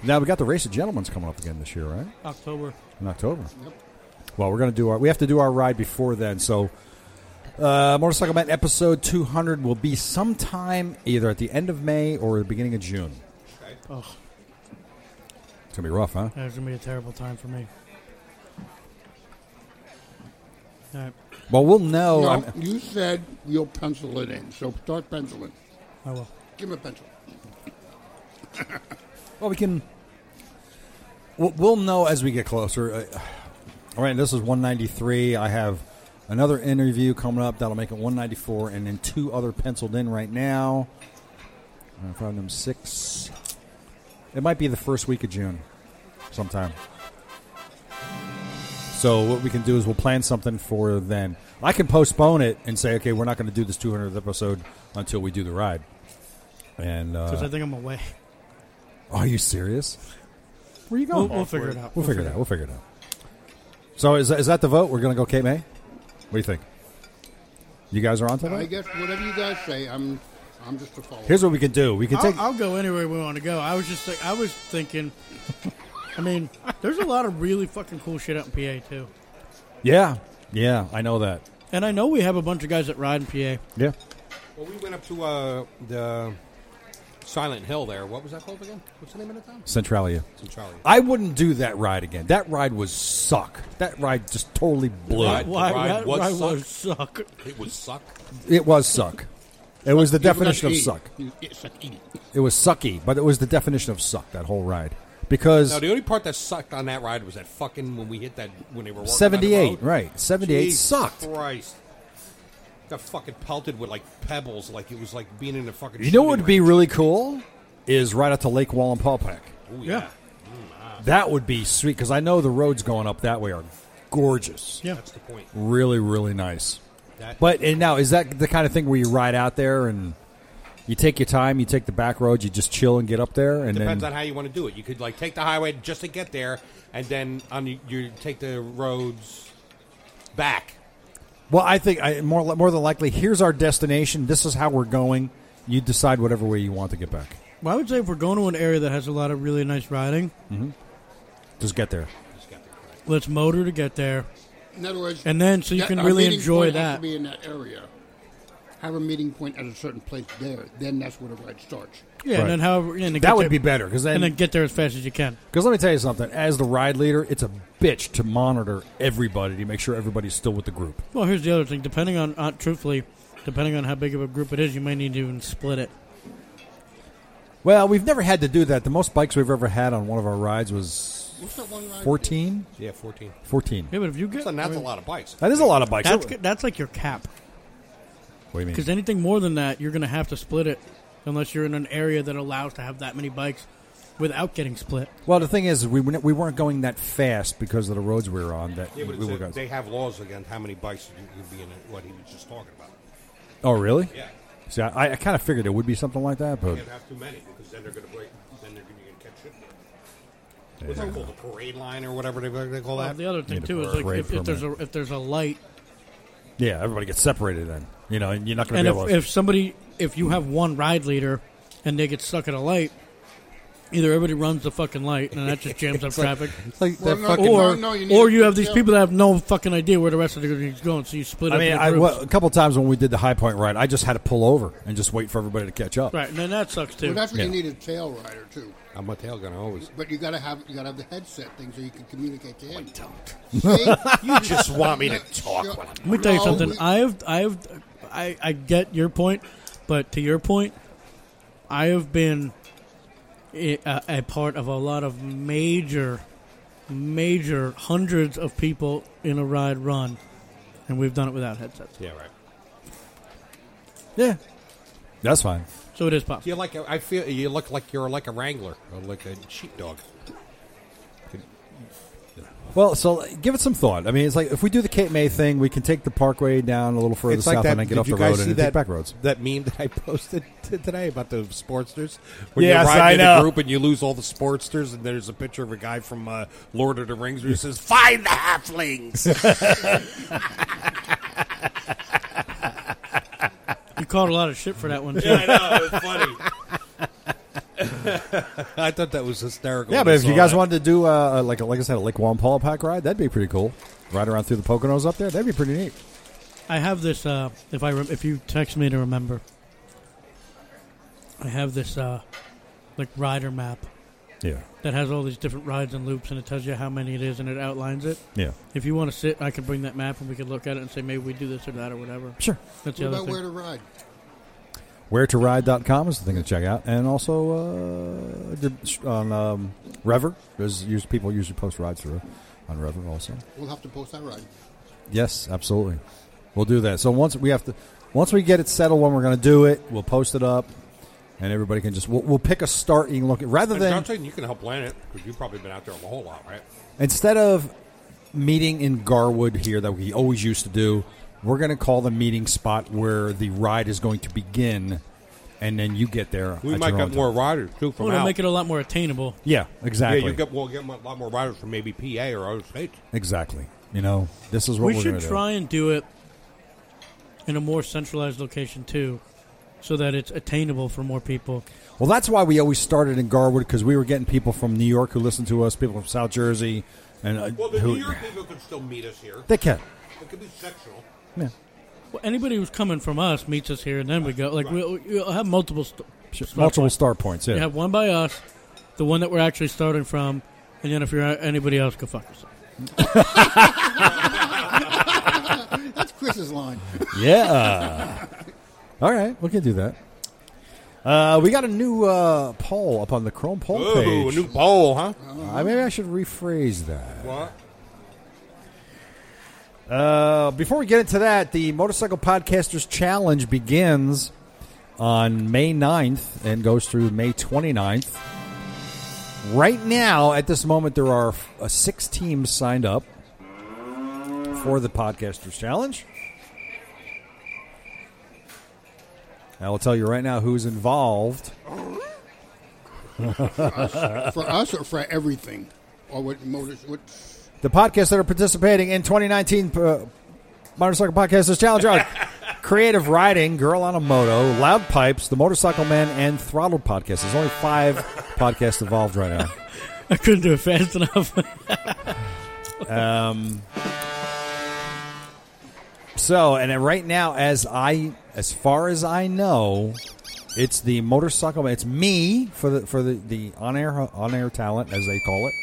S3: Now we got the race of gentlemen's coming up again this year, right?
S5: October.
S3: In October.
S6: Yep.
S3: Well, we're going to do our. We have to do our ride before then. So, uh, Motorcycle Man episode 200 will be sometime either at the end of May or the beginning of June.
S5: Oh,
S3: It's going to be rough, huh?
S5: that's gonna be a terrible time for me. All right,
S3: Well, we'll
S5: Oh,
S3: know.
S6: no,
S3: I'm-
S6: you said you'll pencil it in, so start penciling.
S5: I will.
S6: Give him a pencil.
S3: Well, we can. We'll, we'll know as we get closer. Uh, all right, this is 193. I have another interview coming up that'll make it 194, and then two other penciled in right now. I found them six. It might be the first week of June, sometime. So what we can do is we'll plan something for then. I can postpone it and say, okay, we're not going to do this 200th episode until we do the ride. And uh,
S5: Because I think I'm away.
S3: are you serious? Where are you
S5: We'll,
S3: going?
S5: we'll figure it out.
S3: We'll figure it out. We'll figure it out. So is that, is that the vote? We're going to go Kate May? What do you think? You guys are on to
S6: I
S3: that?
S6: guess whatever you guys say, I'm I'm just a follower.
S3: Here's what we can do. We can take.
S5: I'll, I'll go anywhere we want to go. I was just think, I was thinking. I mean, there's a lot of really fucking cool shit out in PA too,
S3: yeah. Yeah, I know that.
S5: and I know we have a bunch of guys that ride in PA.
S3: Yeah.
S4: Well, we went up to uh, the Silent Hill there. What was that called again? What's the name of the town?
S3: Centralia.
S4: Centralia.
S3: I wouldn't do that ride again. That ride was suck. That ride just totally blew.
S4: Ride-
S5: Why
S4: ride
S5: ride,
S4: was
S5: ride
S4: suck.
S5: was suck.
S4: It would suck.
S3: It was suck. It was the
S6: You forgot
S3: definition
S6: to
S3: of
S6: eat.
S3: suck.
S6: You- yeah, suck, eat it.
S3: It was sucky, but it was the definition of suck, that whole ride. Because
S4: Now the only part that sucked on that ride was that fucking when we hit that when they were walking down the
S3: 78,
S4: road.
S3: right. 78
S4: Jesus
S3: sucked.
S4: Christ. Got fucking pelted with like pebbles, like it was like being in a fucking.
S3: You know what
S4: shooting
S3: would be
S4: range.
S3: really cool? Is right up to Lake Wallenpaupack.
S4: Ooh,
S5: Yeah.
S3: That would be sweet because I know the roads going up that way are gorgeous.
S5: Yeah.
S4: That's the point.
S3: Really, really nice.
S4: That-
S3: But and now is that the kind of thing where you ride out there and you take your time, you take the back roads, you just chill and get up there, and
S4: Depends
S3: then
S4: on how you want to do it. You could like take the highway just to get there, and then on the, you take the roads back.
S3: well, I think I, more more than likely here's our destination. This is how we're going. You decide whatever way you want to get back.
S5: Well, I would say if we're going to an area that has a lot of really nice riding,
S3: Just get there.
S4: Just got there, right.
S5: let's motor to get there.
S6: In other words,
S5: And then, so you
S6: that-
S5: can
S6: our
S5: really
S6: meeting
S5: enjoy
S6: point Has
S5: that.
S6: to be in that area. Have a meeting point at a certain place there. Then that's where the ride starts.
S5: Yeah,
S3: Right.
S5: and then however, and then get
S3: That would
S5: there-
S3: be better because
S5: and
S3: then
S5: then get there as fast as you can.
S3: Because let me tell you something. As the ride leader, it's a bitch to monitor everybody to make sure everybody's still with the group.
S5: Well, here's the other thing. Depending on, on truthfully, depending on how big of a group it is, you may need to even split it.
S3: Well, we've never had to do that. The most bikes we've ever had on one of our rides was
S6: What's that one ride?
S3: 14?
S4: Yeah, fourteen.
S3: 14.
S5: Yeah, but if you get
S4: So that's a lot of bikes.
S3: That is a lot of bikes.
S5: that's
S3: What
S5: good- that's like your cap.
S3: do you mean?
S5: Because anything more than that, you're going to have to split it, unless you're in an area that allows to have that many bikes without getting split.
S3: Well, the thing is, we, were- we weren't going that fast because of the roads we were on. That
S4: Yeah, but
S3: we
S4: it's
S3: were
S4: a-
S3: going.
S4: they have laws against how many bikes you could be in. it, What he was just talking about.
S3: oh, really?
S4: Yeah,
S3: See, I, I kind of figured it would be something like that, but
S4: you can't have too many because then they're going to break. Then they're going to catch shit. What's that called? The parade line or whatever they, they call
S5: Well,
S4: that.
S5: the other thing
S3: Need a
S5: too is like
S3: parade
S5: if, if there's a
S3: permit.
S5: if there's a light,
S3: yeah, everybody gets separated then. You know, and you're not going
S5: and
S3: to
S5: if,
S3: be able to.
S5: if somebody if you have one ride leader, and they get stuck at a light, either everybody runs the fucking light, and that just jams up traffic.
S3: like
S6: Well,
S3: that
S6: no,
S3: fucking-
S6: no,
S5: or
S6: no, need
S5: or
S6: to-
S5: you have these
S6: yeah.
S5: people that have no fucking idea where the rest of the group is going, so you split.
S3: I
S5: up
S3: mean,
S5: into
S3: I,
S5: groups.
S3: well, a couple times when we did the High Point ride, I just had to pull over and just wait for everybody to catch up.
S5: right, and then that sucks too.
S6: Well, that's where you
S3: Yeah.
S6: need a tail rider too.
S4: I'm a tail gunner always.
S6: But you gotta have you gotta have the headset thing so you can communicate to him.
S4: Don't.
S6: See?
S4: You just want me to talk when I'm
S5: Let me tell you
S6: No,
S5: something.
S6: we-
S5: I have, I have, I, I get your point, but to your point, I have been i- a, a part of a lot of major, major hundreds of people in a ride run, and we've done it without headsets.
S4: Yeah, right.
S3: Yeah, that's fine.
S5: So it is possible.
S4: You like? a- I feel you look like you're like a wrangler, or like a sheepdog.
S3: Well, so give it some thought. I mean, it's like if we do the Cape May thing, we can take the Parkway down a little further south and then get off the road and then take back roads.
S4: That meme that I posted t- today about the sportsters. When
S3: Yes,
S4: you
S3: I
S4: ride in
S3: know.
S4: a group and you lose all the sportsters, and there's a picture of a guy from uh, Lord of the Rings who says, "Find the halflings."
S5: You caught a lot of shit for that one too.
S4: I know, it was funny. I thought that was hysterical.
S3: Yeah,
S4: when
S3: but
S4: I
S3: if you
S4: saw
S3: guys
S4: that.
S3: wanted to do uh, like like I said, a Lake Juan Paul pack ride, that'd be pretty cool. Ride around through the Poconos up there, that'd be pretty neat.
S5: I have this. Uh, if I rem- if you text me to remember, I have this uh, like rider map
S3: Yeah.
S5: that has all these different rides and loops, and it tells you how many it is, and it outlines it.
S3: Yeah.
S5: If you want to sit, I can bring that map, and we could look at it and say maybe we do this or that or whatever.
S3: Sure.
S5: That's
S6: What
S5: the other
S6: about
S5: thing.
S6: where to ride?
S3: WhereToRide.com is the thing to check out, and also uh, the- on um, Rever. There's us- people usually post rides through on Rever also.
S6: We'll have to post that ride.
S3: Yes, absolutely. We'll do that. So once we have to, once we get it settled, when we're going to do it, we'll post it up, and everybody can just we'll, we'll pick a start and look at rather
S4: And
S3: than
S4: Johnson, you can help plan it because you've probably been out there a whole lot, right?
S3: instead of meeting in Garwood here that we always used to do, we're going to call the meeting spot where the ride is going to begin, and then you get there.
S4: We
S3: at
S4: might
S3: your own
S4: get more
S3: time.
S4: riders too from out.
S5: Well, it'll make it a lot more attainable.
S3: Yeah, exactly.
S4: Yeah, you get we'll get a lot more riders from maybe PA or other states.
S3: Exactly. You know, this is what
S5: we
S3: are
S5: should
S3: gonna
S5: try and do it in a more centralized location too, so that it's attainable for more people.
S3: do. Well, that's why we always started in Garwood because we were getting people from New York who listened to us, people from South Jersey, and uh,
S4: Well, the
S3: who,
S4: New York people could still meet us here.
S3: they can.
S4: It could be sectional.
S3: Yeah.
S5: Well, anybody who's coming from us meets us here, and then we go. Like we'll, we'll have multiple. St- start
S3: Multiple
S5: points.
S3: star points. Yeah.
S5: You have one by us, the one that we're actually starting from, and then if you're anybody else, go fuck yourself.
S6: That's Chris's line.
S3: Yeah. All right, we can do that. Uh, we got a new uh, poll up on the Chrome poll
S4: Ooh, a
S3: page.
S4: new poll, huh?
S3: Uh, maybe I should rephrase that.
S4: What?
S3: Uh, before we get into that, the Motorcycle Podcasters Challenge begins on May 9th and goes through May 29th. Right now, at this moment, there are uh, six teams signed up for the Podcasters Challenge. I will tell you right now who's involved.
S6: For us or for everything? Or what motors? What?
S3: The podcasts that are participating in 2019 uh, Motorcycle Podcasters Challenge are Creative Riding, Girl on a Moto, Loud Pipes, The Motorcycle Man, and Throttled Podcast. There's only five podcasts involved right now.
S5: I couldn't do it fast enough.
S3: So, and then right now, as I, as far as I know, it's the motorcycle. It's me for the for the the on air on air talent as they call it,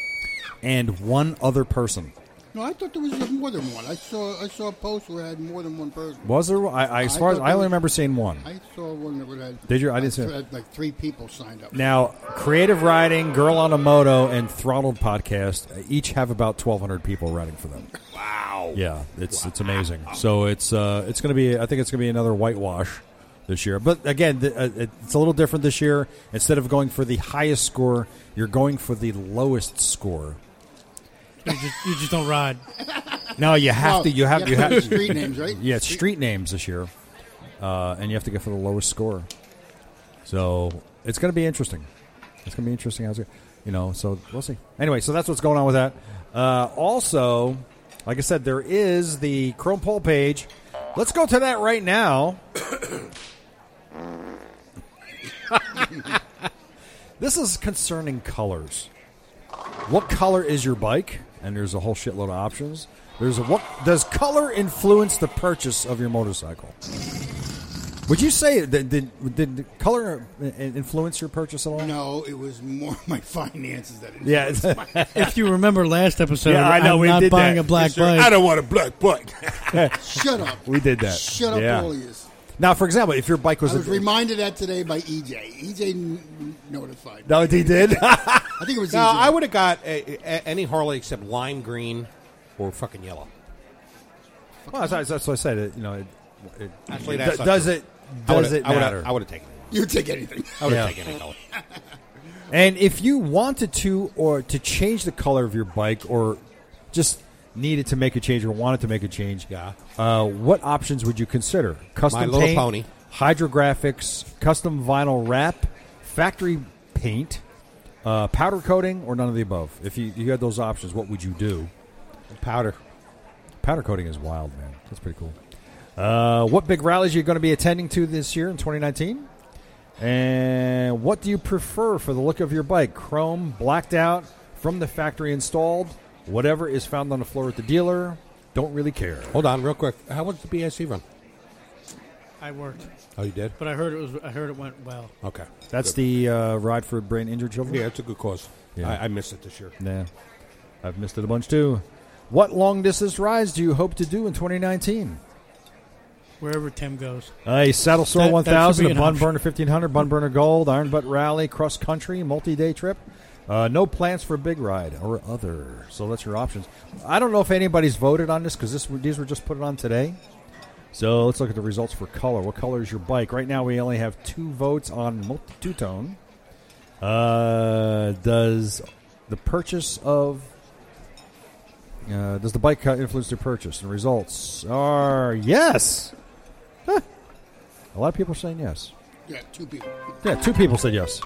S3: and one other person.
S6: No, I thought there was more than one. I saw I saw a post where I had more than one person.
S3: Was there? I, I as
S6: I
S3: far as
S6: thought
S3: I only
S6: there was-
S3: remember seeing one.
S6: I saw one that would have.
S3: Did you? I didn't see it.
S6: had, Like three people signed up.
S3: Now, Creative Riding, Girl on a Moto, and Throttled Podcast uh, each have about twelve hundred people riding for them. Wow! Yeah, it's it's amazing. So it's uh, it's going to be. I think it's going to be another whitewash this year. But again, th- uh, it- it's a little different this year. Instead of going for the highest score, you're going for the lowest score.
S5: you, just, you just don't ride.
S3: No, you have
S6: Oh,
S3: to. You have you have
S6: street names, right?
S3: Yeah, it's street names this year, uh, and you have to go for the lowest score. So it's going to be interesting. It's going to be interesting. How's it? You know, so we'll see. Anyway, so that's what's going on with that. Uh, also, like I said, there is the Chrome poll page. Let's go to that right now. this is concerning colors. What color is your bike? And there's a whole shitload of options. There's a what does color influence the purchase of your motorcycle? Would you say that did, did the color uh, influence your purchase at all?
S6: No, it was more my finances that. It
S3: Yeah,
S5: If you remember last episode,
S3: Yeah, I know,
S5: am
S3: we
S5: not
S3: did
S5: buying
S3: that.
S5: a black
S4: Sir,
S5: bike.
S4: I don't want a black bike.
S6: Shut up.
S3: we did that.
S6: Shut up,
S3: Yeah.
S6: all yous.
S3: Now, for example, if your bike was,
S6: I was
S3: a,
S6: reminded that today by E EJ. EJ n- notified.
S3: no, he did.
S6: I think it was E
S4: no,
S6: EJ.
S4: I would have got a, a, any Harley except lime green or fucking yellow.
S3: well, that's, that's what I said. It, you know, it, it,
S4: Actually,
S3: d-
S4: that's not
S3: does
S4: true.
S3: it
S4: I
S3: does
S4: would've-
S3: it
S4: I would've-
S3: matter?
S4: I would have taken it.
S6: You take anything.
S4: I would
S3: Yeah.
S4: have taken any color.
S3: And if you wanted to, or to change the color of your bike, or just needed to make a change or wanted to make a change,
S4: Yeah.
S3: uh, what options would you consider? Custom
S4: My Little
S3: paint,
S4: Pony.
S3: hydrographics, custom vinyl wrap, factory paint, uh, powder coating, or none of the above. If you, you had those options, what would you do?
S4: Powder.
S3: Powder coating is wild, man. That's pretty cool. Uh, what big rallies are you going to be attending to this year in 2019? And what do you prefer for the look of your bike? Chrome, blacked out, from the factory installed, whatever is found on the floor at the dealer. Don't really care.
S4: Hold on, real quick. How was the BSC run?
S5: I worked,
S4: Oh, you did?
S5: but I heard it was. I heard it went well.
S4: Okay.
S3: That's
S4: Good.
S3: the uh, ride for brain injured children.
S4: Yeah, it's a good cause.
S3: Yeah.
S4: I, I missed it this year.
S3: Nah. I've missed it a bunch too. What long distance rides do you hope to do in 2019?
S5: Wherever Tim goes,
S3: A saddle sore
S5: That- that
S3: 1000,
S5: should be
S3: a
S5: an
S3: bun
S5: option.
S3: burner 1500, bun burner gold, iron butt rally, cross country, multi day trip. Uh, no plans for big ride or other. So that's your options. I don't know if anybody's voted on this because this these were just put on today. So let's look at the results for color. What color is your bike? Right now we only have two votes on multi two tone. Uh, does the purchase of uh, does the bike cut influence their purchase? And results are yes. Huh. A lot of people are saying yes.
S6: Yeah, two people.
S3: Yeah, two people said yes.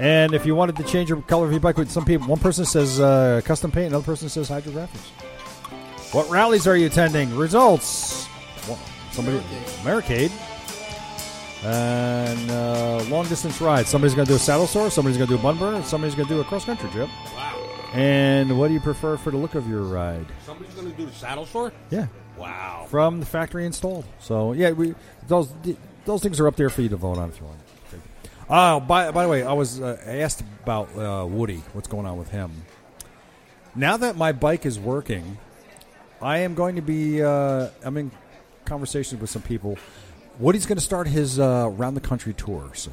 S3: And if you wanted to change your color of your bike, with some people, one person says uh, custom paint, another person says hydrographics. What rallies are you attending? Results. Well, somebody, Americade. And uh, long distance rides. Somebody's going to do a saddle sore. Somebody's going to do a bun burner. Somebody's going to do a cross country trip. Wow. And what do you prefer for the look of your ride?
S4: Somebody's going to do the saddle sore?
S3: Yeah,
S4: Wow.
S3: from the factory installed. So yeah, we those those things are up there for you to vote on if you want. Oh, by by the way, I was uh, asked about uh, Woody. What's going on with him? Now that my bike is working, I am going to be. Uh, I'm in conversations with some people. Woody's going to start his uh, round the country tour soon.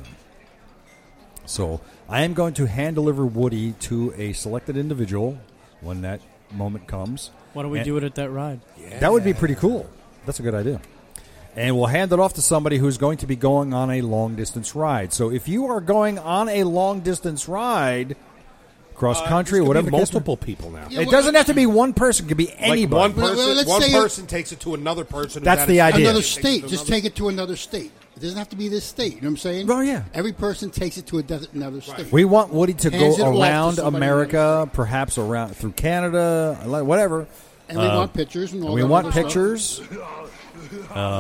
S3: So I am going to hand deliver Woody to a selected individual when that moment comes.
S5: why don't we
S3: And-
S5: do it at that ride?
S3: that would be pretty cool. That's a good idea. And we'll hand it off to somebody who's going to be going on a long distance ride. So if you are going on a long distance ride, cross
S6: Uh,
S3: country, whatever, the case may-
S4: multiple people now.
S6: Yeah,
S3: it doesn't have to be one person. It could be
S4: Like
S3: anybody.
S4: one
S6: Well,
S4: person,
S6: let's
S4: one
S6: say-
S4: person takes it to another person. and
S3: That's
S4: that
S3: the
S4: is-
S3: idea.
S6: Another
S3: It
S6: state. Just take it to another state. It doesn't have to be this state. You know what I'm saying?
S3: Oh, yeah.
S6: Every person takes it to a de- another state.
S3: we want Woody to
S6: Hands it off
S3: go
S6: to
S3: around
S6: somebody
S3: America, perhaps around through Canada, like, whatever.
S6: and we want pictures and all
S3: And uh, we
S6: that
S3: want
S6: other
S3: pictures.
S6: stuff.
S3: Um,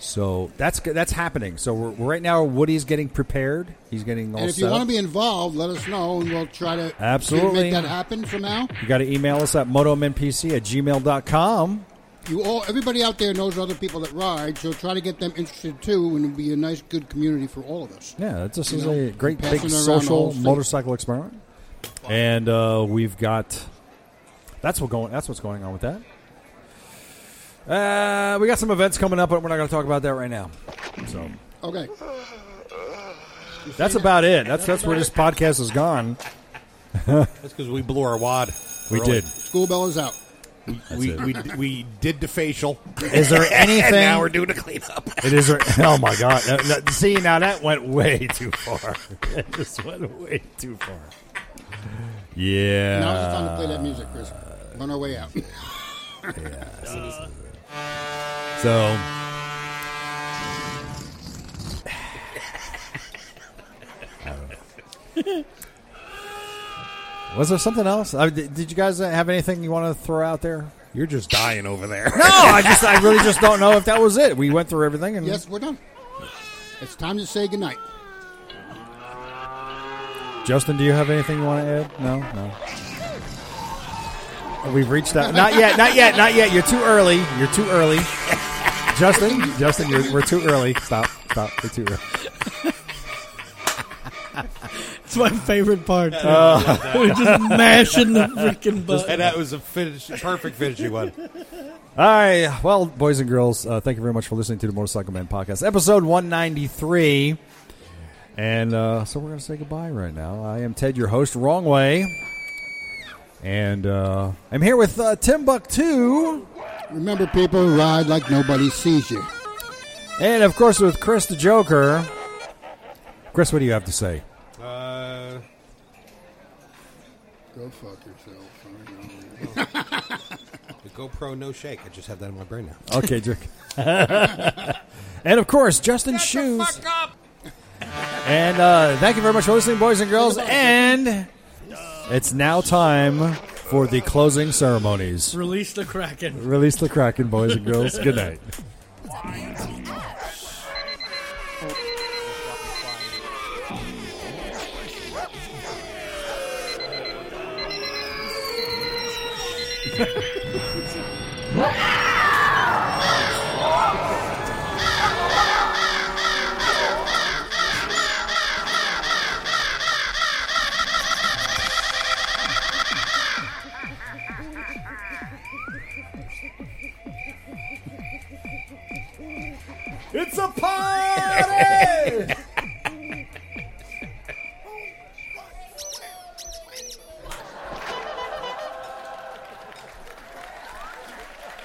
S3: so that's that's happening. So we're, right now, Woody's getting prepared. He's getting all
S6: And if you
S3: set
S6: want
S3: up.
S6: to be involved, let us know, and we'll try to
S3: Absolutely.
S6: make that happen. For now,
S3: You got to email us at motomnpc at gmail.com.
S6: you all, everybody out there knows other people that ride, so try to get them interested too, and it'll be a nice, good community for all of us.
S3: Yeah, it's- this
S6: You
S3: is
S6: know,
S3: a great
S6: passing
S3: big
S6: around the
S3: social
S6: whole thing.
S3: motorcycle experiment. And uh, we've got that's what going that's what's going on with that. Uh, we got some events coming up, but we're not going to talk about that right now. So
S6: Okay.
S3: that's about it. That's that's where this podcast is gone.
S4: That's because we blew our wad.
S3: We
S4: early.
S3: did.
S6: School bell is out.
S4: We, we, we did the facial.
S3: Is there anything?
S4: And now we're doing the cleanup.
S3: It is. Oh my god! That- that- see now that went way too far. That just went way too far. Yeah.
S6: Now it's time to play that music, Chris. On our way out.
S3: So. Was there something else? Uh, did, did you guys uh, have anything you want to throw out there?
S4: You're just dying over there.
S3: No, I just, I really just don't know if that was it. We went through everything, and
S6: yes, we're done. It's time to say goodnight.
S3: Justin, do you have anything you want to add? No, no. We've reached that. Not yet. Not yet. Not yet. You're too early. You're too early. Justin, Justin, you're, we're too early. Stop. Stop. We're too early.
S5: It's my favorite part. too.
S3: Oh.
S5: We're just mashing the freaking
S4: And
S5: button.
S4: that was a finish, perfect finishing one.
S3: All right. Well, boys and girls, uh, thank you very much for listening to the Motorcycle Man podcast, episode 193. And uh, so we're going to say goodbye right now. I am Ted, your host, Wrong Way. And uh, I'm here with uh, Timbuktu.
S6: Remember, people ride like nobody sees you.
S3: And, of course, with Chris the Joker. Chris, what do you have to say?
S4: Uh,
S6: Go fuck yourself.
S4: the GoPro no shake. I just have that in my brain now.
S3: Okay, jerk. and, of course, Justin Shoes. And uh, thank you very much for listening, boys and girls. And it's now time for the closing ceremonies.
S5: Release the kraken.
S3: Release the Kraken, boys and girls. Good night. It's a party!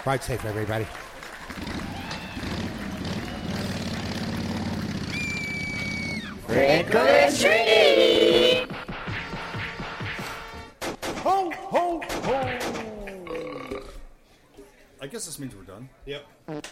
S4: Ride safe, everybody.
S3: ho, ho, ho!
S8: I guess this means we're done.
S4: Yep.